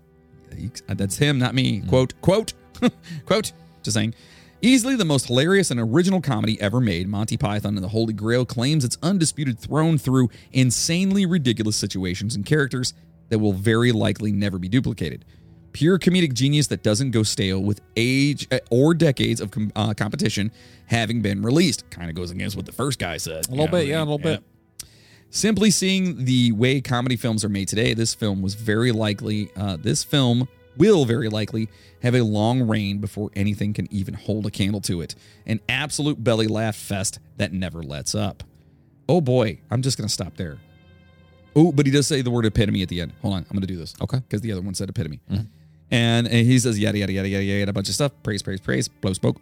yikes. Uh, that's him, not me. Quote, quote, quote, just saying. Easily the most hilarious and original comedy ever made, Monty Python and the Holy Grail claims its undisputed throne through insanely ridiculous situations and characters that will very likely never be duplicated. Pure comedic genius that doesn't go stale with age uh, or decades of com- uh, competition having been released. Kind of goes against what the first guy said.
a little bit, yeah, a little bit.
Simply seeing the way comedy films are made today, this film was very likely, uh, this film will very likely have a long reign before anything can even hold a candle to it. An absolute belly laugh fest that never lets up. Oh boy, I'm just going to stop there. Oh, but he does say the word epitome at the end. Hold on, I'm going to do this.
Okay.
Because the other one said epitome. And, and he says yada, yada, yada, yada, yada, a bunch of stuff. Praise, praise, praise. Blow smoke.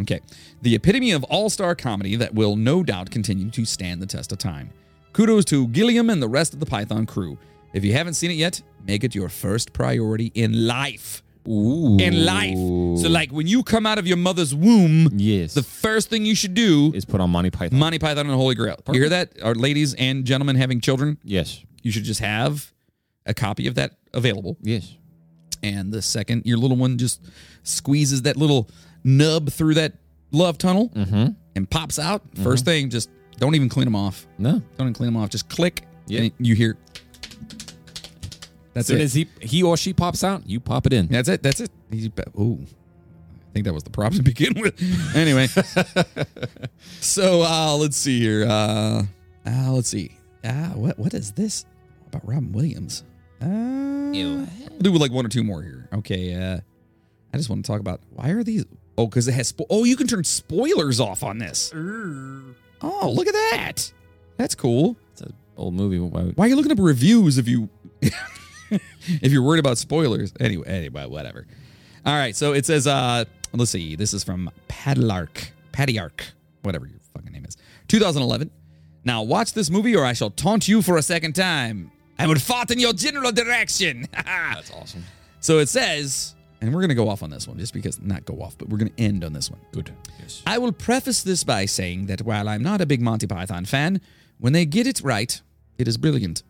Okay. The epitome of all star comedy that will no doubt continue to stand the test of time. Kudos to Gilliam and the rest of the Python crew. If you haven't seen it yet, make it your first priority in life.
Ooh.
In life. So, like, when you come out of your mother's womb,
Yes.
the first thing you should do
is put on Monty Python.
Monty Python and the Holy Grail. You hear that? Our ladies and gentlemen having children,
yes.
you should just have a copy of that available.
Yes.
And the second your little one just squeezes that little nub through that love tunnel
Mm-hmm.
and pops out, first thing, just don't even clean them off.
No.
Don't even clean them off. Just click.
Yeah.
And you hear.
As
That's
soon
it.
as he he or she pops out, you pop it in.
That's it. That's it. He's ba- Ooh. I think that was the problem to begin with. Anyway. so uh, let's see here. Uh, uh, let's see. Uh, what what is this about Robin Williams? Uh, We'll do like one or two more here. Okay. Uh, I just want to talk about why are these? Oh, because it has. Spo- oh, you can turn spoilers off on this. Oh, look at that. That's cool.
It's an old movie. Why would-
Why are you looking up reviews if you if you're worried about spoilers? Anyway, anyway, whatever. All right, so it says uh let's see. This is from Padlark, Paddyark, whatever your fucking name is. 2011. Now watch this movie or I shall taunt you for a second time. I will fart in your general direction.
That's awesome.
So it says, and we're going to go off on this one just because, not go off, but we're going to end on this one.
Good. Yes.
I will preface this by saying that while I'm not a big Monty Python fan, when they get it right, it is brilliant.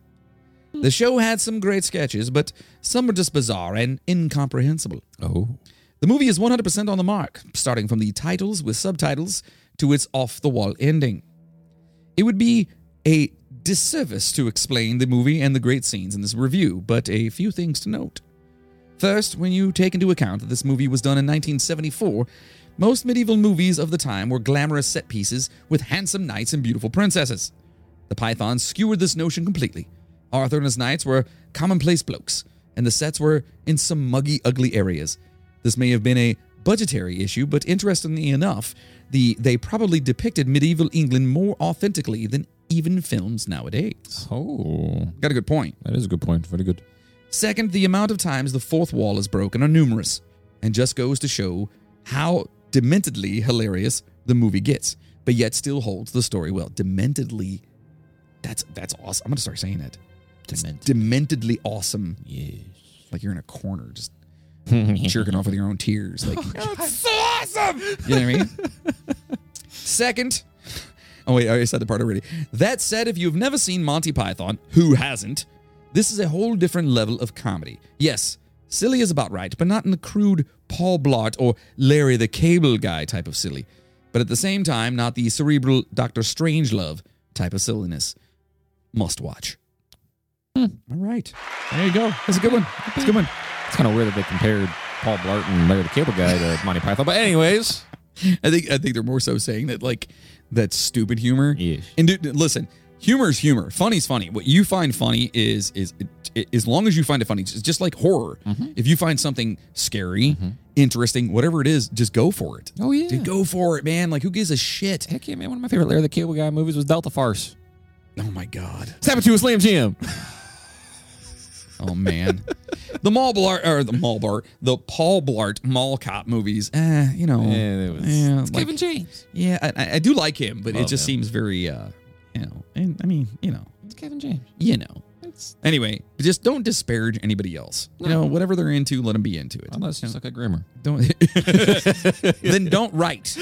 The show had some great sketches, but some were just bizarre and incomprehensible.
Oh.
The movie is 100% on the mark, starting from the titles with subtitles to its off the wall ending. It would be a disservice to explain the movie and the great scenes in this review, but a few things to note. First, when you take into account that this movie was done in 1974, most medieval movies of the time were glamorous set pieces with handsome knights and beautiful princesses. The Python skewered this notion completely. Arthur and his knights were commonplace blokes, and the sets were in some muggy, ugly areas. This may have been a budgetary issue, but interestingly enough, the they probably depicted medieval England more authentically than even films nowadays.
Oh,
Got a good point.
that is a good point. Very good.
Second, the amount of times the fourth wall is broken are numerous, and just goes to show how dementedly hilarious the movie gets, but yet still holds the story well. Dementedly, that's that's awesome. I'm gonna start saying it. It's dementedly awesome.
Yes.
Like you're in a corner, just jerking off with your own tears. Like
That's so awesome.
you know what I mean? Second, oh wait, I already said the part already. That said, if you've never seen Monty Python, who hasn't? This is a whole different level of comedy. Yes, silly is about right, but not in the crude Paul Blart or Larry the Cable Guy type of silly. But at the same time, not the cerebral Doctor Strangelove type of silliness. Must watch. All right.
There you go.
That's a good one. That's a good one.
It's kind of weird that they compared Paul Blart and Larry the Cable Guy to Monty Python. But anyways,
I think I think they're more so saying that like that stupid humor.
Yes.
And dude, listen, humor is humor. Funny's funny. What you find funny is is it, as long as you find it funny. It's just like horror.
Mm-hmm.
If you find something scary, interesting, whatever it is, just go for it.
oh yeah,
Dude, go for it, man. Like who gives a shit?
heck yeah, man! One of my favorite Larry the Cable Guy movies was Delta Farce.
Oh my god.
Step into a slam jam.
Oh man. the Mall Blart or the Mall Blart, the Paul Blart Mall Cop movies. Eh, you know.
Yeah, it was-
yeah, like-
James.
Yeah, I- I, I do like him, but it
Love
just
him.
seems very, uh, you know. And I mean, you know,
It's Kevin James.
you know.
It's,
Anyway, just don't disparage anybody else. You know, whatever they're into, let them be into it.
unless you suck at grammar.
Don't then don't write.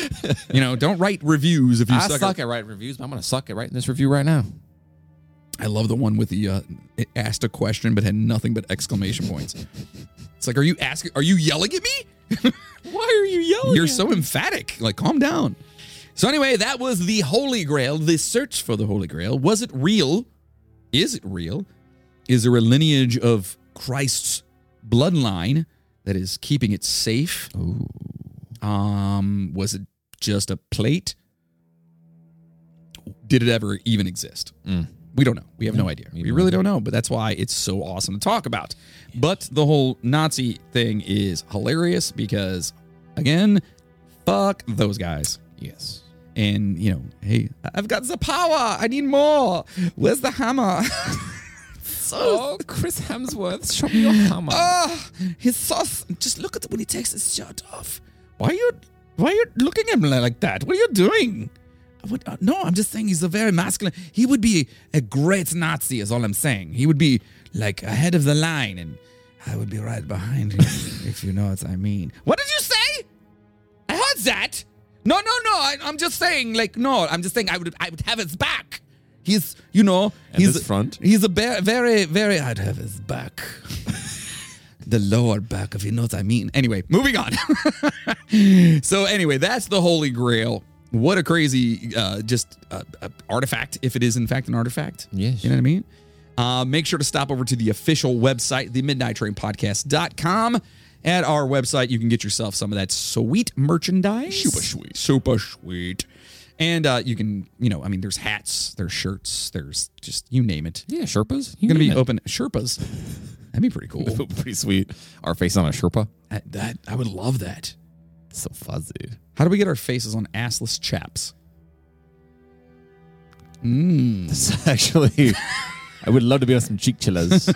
You know, don't write reviews if you
I
suck.
suck, at writing reviews, but I'm gonna suck at writing this review right now.
I love the one with the uh, it asked a question but had nothing but exclamation points. It's like, are you asking? Are you yelling at me?
Why are you yelling?
You're so emphatic. Like, calm down. So anyway, that was the Holy Grail. The search for the Holy Grail. Was it real? Is it real? Is there a lineage of Christ's bloodline that is keeping it safe? Um, was it just a plate? Did it ever even exist? We don't know. We have no idea. Mm. We really don't know, but that's why it's so awesome to talk about. But the whole Nazi thing is hilarious because, again, fuck those guys.
yes.
And, you know, hey, I've got the power. I need more. Where's the hammer? so,
Oh, Chris Hemsworth, show me your hammer.
ah, his sauce. Just look at when he takes his shirt off. Why are you, why are you looking at him li- like that? What are you doing? What, uh, no, I'm just saying he's a very masculine. He would be a great Nazi, is all I'm saying. He would be like ahead of the line, and I would be right behind him, if you know what I mean. What did you say? I heard that. No, no, no. I, I'm just saying, like, no. I'm just saying, I would, I would have his back. He's, you know, he's
his front?
He's a bear, very, very. I'd have his back. the lower back, if you know what I mean. Anyway, moving on. so anyway, that's the Holy Grail. What a crazy, uh, just uh, uh, artifact, if it is in fact an artifact.
Yes.
You know what I mean? Uh, make sure to stop over to the official website, the midnighttrainpodcast.com. At our website, you can get yourself some of that sweet merchandise. Super sweet. Super sweet. And uh, you can, you know, I mean, there's hats, there's shirts, there's just you name it.
yeah, Sherpas.
You're
You're
going to be open Sherpas. That'd be pretty cool.
pretty sweet. Our face on a Sherpa.
I, that I would love that.
So fuzzy.
How do we get our faces on assless chaps?
This actually, I would love to be on some cheek chillers.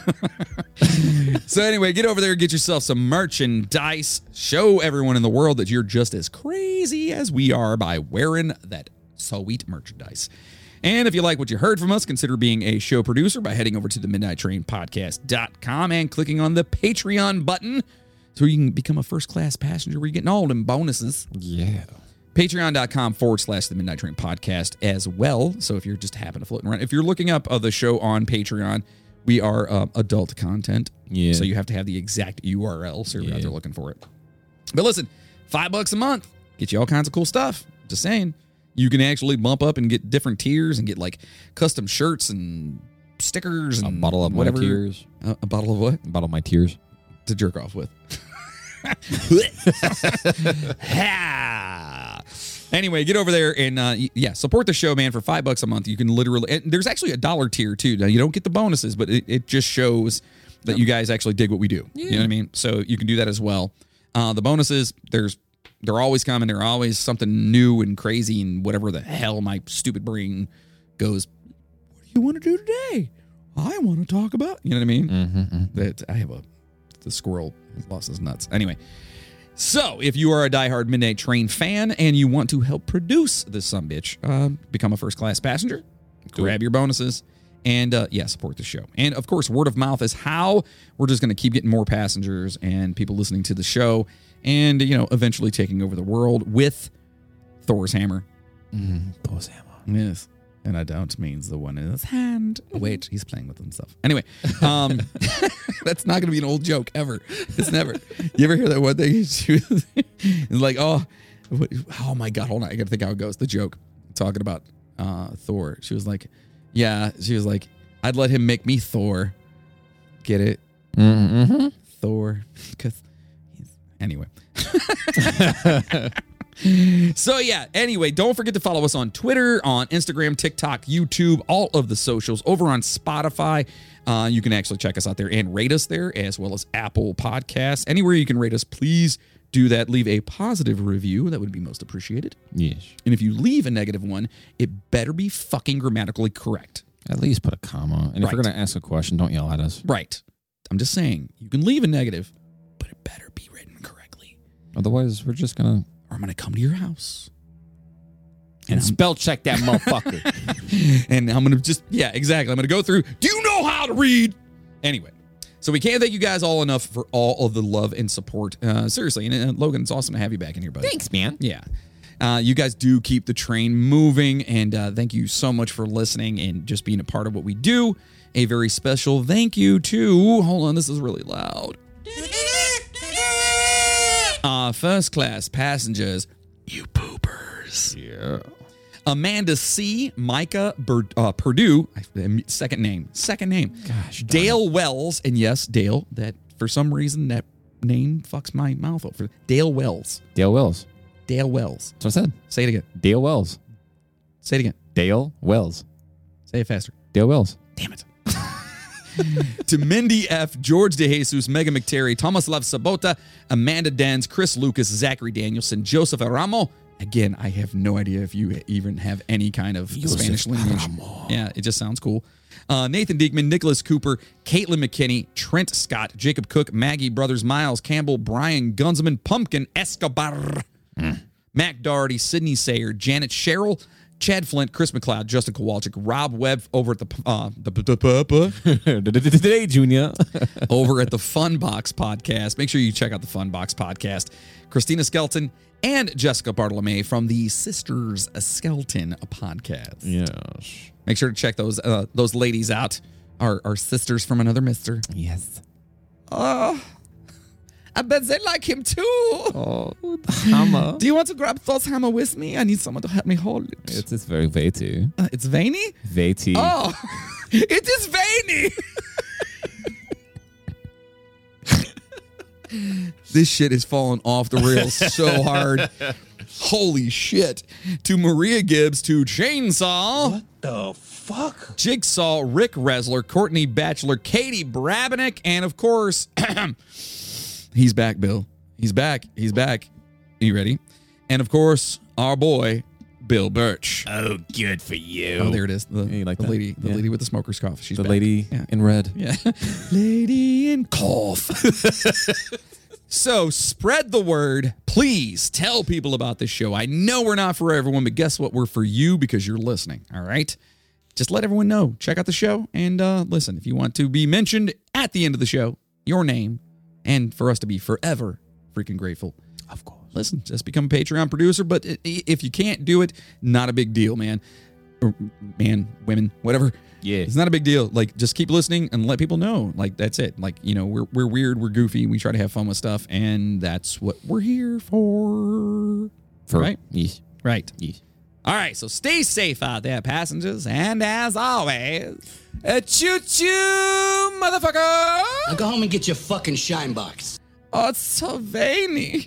So anyway, get over there, get yourself some merchandise. Show everyone in the world that you're just as crazy as we are by wearing that sweet merchandise. And if you like what you heard from us, consider being a show producer by heading over to the midnighttrainpodcast.com and clicking on the Patreon button. so you can become a first class passenger. We're getting all them bonuses.
Yeah.
Patreon.com forward slash the Midnight Train podcast as well. So if you're just happen to floating around, if you're looking up uh, the show on Patreon, we are uh, adult content.
Yeah.
So you have to have the exact URL so you're out there looking for it. But listen, five bucks a month get you all kinds of cool stuff. Just saying, you can actually bump up and get different tiers and get like custom shirts and stickers and
a bottle of
whatever.
my tears.
A, a bottle of what
A bottle of my tears.
to jerk off with. Ha! anyway, get over there and uh, y- yeah, support the show, man. For five bucks a month, you can literally. And there's actually a dollar tier too. Now you don't get the bonuses, but it, it just shows that you guys actually dig what we do. You know what I mean? So you can do that as well. Uh, the bonuses, there's they're always coming. They're always something new and crazy and whatever the hell my stupid brain goes. What do you want to do today? I want to talk about. You know what I mean? That I have a the squirrel lost his nuts. Anyway. So, if you are a diehard Midnight Train fan and you want to help produce this sumbitch, uh, become a first class passenger, grab your bonuses, and uh, yeah, support the show. And of course, word of mouth is how we're just going to keep getting more passengers and people listening to the show, and you know, eventually taking over the world with Thor's hammer.
Those ammo.
Yes. And I don't means the one in his hand. Wait, he's playing with himself. Anyway, um, that's not going to be an old joke ever. It's never. You ever hear that one thing? She was- it's like, oh, what, oh my God, hold on. I got to think how it goes. The joke talking about uh, Thor. She was like, yeah, she was like, I'd let him make me Thor. Get it? Mm-hmm. Thor. Because anyway. So yeah, anyway, don't forget to follow us on Twitter, on Instagram, TikTok, YouTube, all of the socials, over on Spotify. Uh, you can actually check us out there and rate us there, as well as Apple Podcasts. Anywhere you can rate us, please do that. Leave a positive review. That would be most appreciated.
Yes.
And if you leave a negative one, it better be fucking grammatically correct.
At least put a comma. And if you're
Right.
gonna ask a question, don't yell at us.
Right. I'm just saying, you can leave a negative, but it better be written correctly.
Otherwise, we're just gonna
Or I'm gonna come to your house.
and spell check that motherfucker.
and I'm gonna just yeah, exactly. I'm gonna go through. Do you know how to read? Anyway, so we can't thank you guys all enough for all of the love and support. Uh, seriously, and uh, Logan, it's awesome to have you back in here, buddy.
Thanks, man.
Yeah. Uh, you guys do keep the train moving, and uh, thank you so much for listening and just being a part of what we do. A very special thank you to, hold on, this is really loud. Our Uh, first class passengers, you poopers.
Yeah.
Amanda C, Micah Bur- uh, Purdue, I- second name, second name. Gosh, Dale Wells, and yes, Dale. That for some reason that name fucks my mouth up. For Dale Wells,
Dale Wells.
Dale Wells.
That's what I said.
Say it again.
Dale Wells.
Say it again.
Dale Wells.
Say it faster.
Dale Wells.
Damn it. to Mindy F, George DeJesus, Megan McTerry, Thomas Love Sabota, Amanda Dans, Chris Lucas, Zachary Danielson, Joseph Aramo. Again, I have no idea if you even have any kind of Spanish language. Yeah, it just sounds cool. Uh, Nathan Diekman, Nicholas Cooper, Caitlin McKinney, Trent Scott, Jacob Cook, Maggie Brothers, Miles Campbell, Brian Gunsman, Pumpkin Escobar. Mac Doherty, Sydney Sayer, Janet Sherrill, Chad Flint, Chris McLeod, Justin Kowalczyk, Rob Webb over at the uh, the, the- the-
Today, Junior.
over at the Fun Box podcast. Make sure you check out the Fun Box podcast. Christina Skelton and Jessica Bartolome from the Sisters Skelton podcast.
yes.
Make sure to check those uh, those ladies out. Our, our sisters from another mister.
Yes.
Oh, I bet they like him too.
Oh, hammer.
Do you want to grab Thor's hammer with me? I need someone to help me hold it.
It's, it's very vety.
Uh, it's veiny?
Vety.
Oh, it is veiny. this shit is falling off the rails so hard. Holy shit. To Maria Gibbs, to Chainsaw. What the fuck? Jigsaw, Rick Resler, Courtney Bachelor, Katie Brabenick, and of course, he's back, Bill. He's back. He's back. You ready? And of course, our boy, Bill Birch.
Oh, good for you.
Oh, there it is. The,
Yeah, you like
the
that?
lady, the
Yeah.
lady with the smoker's cough. She's
the
back.
lady
Yeah.
in red.
Yeah, lady in cough. so spread the word, please. Tell people about this show. I know we're not for everyone, but guess what? We're for you because you're listening. All right. Just let everyone know. Check out the show and uh, listen. If you want to be mentioned at the end of the show, your name and for us to be forever freaking grateful.
Of course.
Listen, just become a Patreon producer, but i- i- if you can't do it, not a big deal, man. Or man, women, whatever.
Yeah.
It's not a big deal. Like just keep listening and let people know. Like that's it. Like, you know, we're we're weird, we're goofy, we try to have fun with stuff, and that's what we're here for.
For,
Right.
Yeah.
Right.
Yeah.
All right, so stay safe out there, passengers, and as always,
Uh, choo choo, motherfucker!
Now go home and get your fucking shine box.
oh, it's so veiny.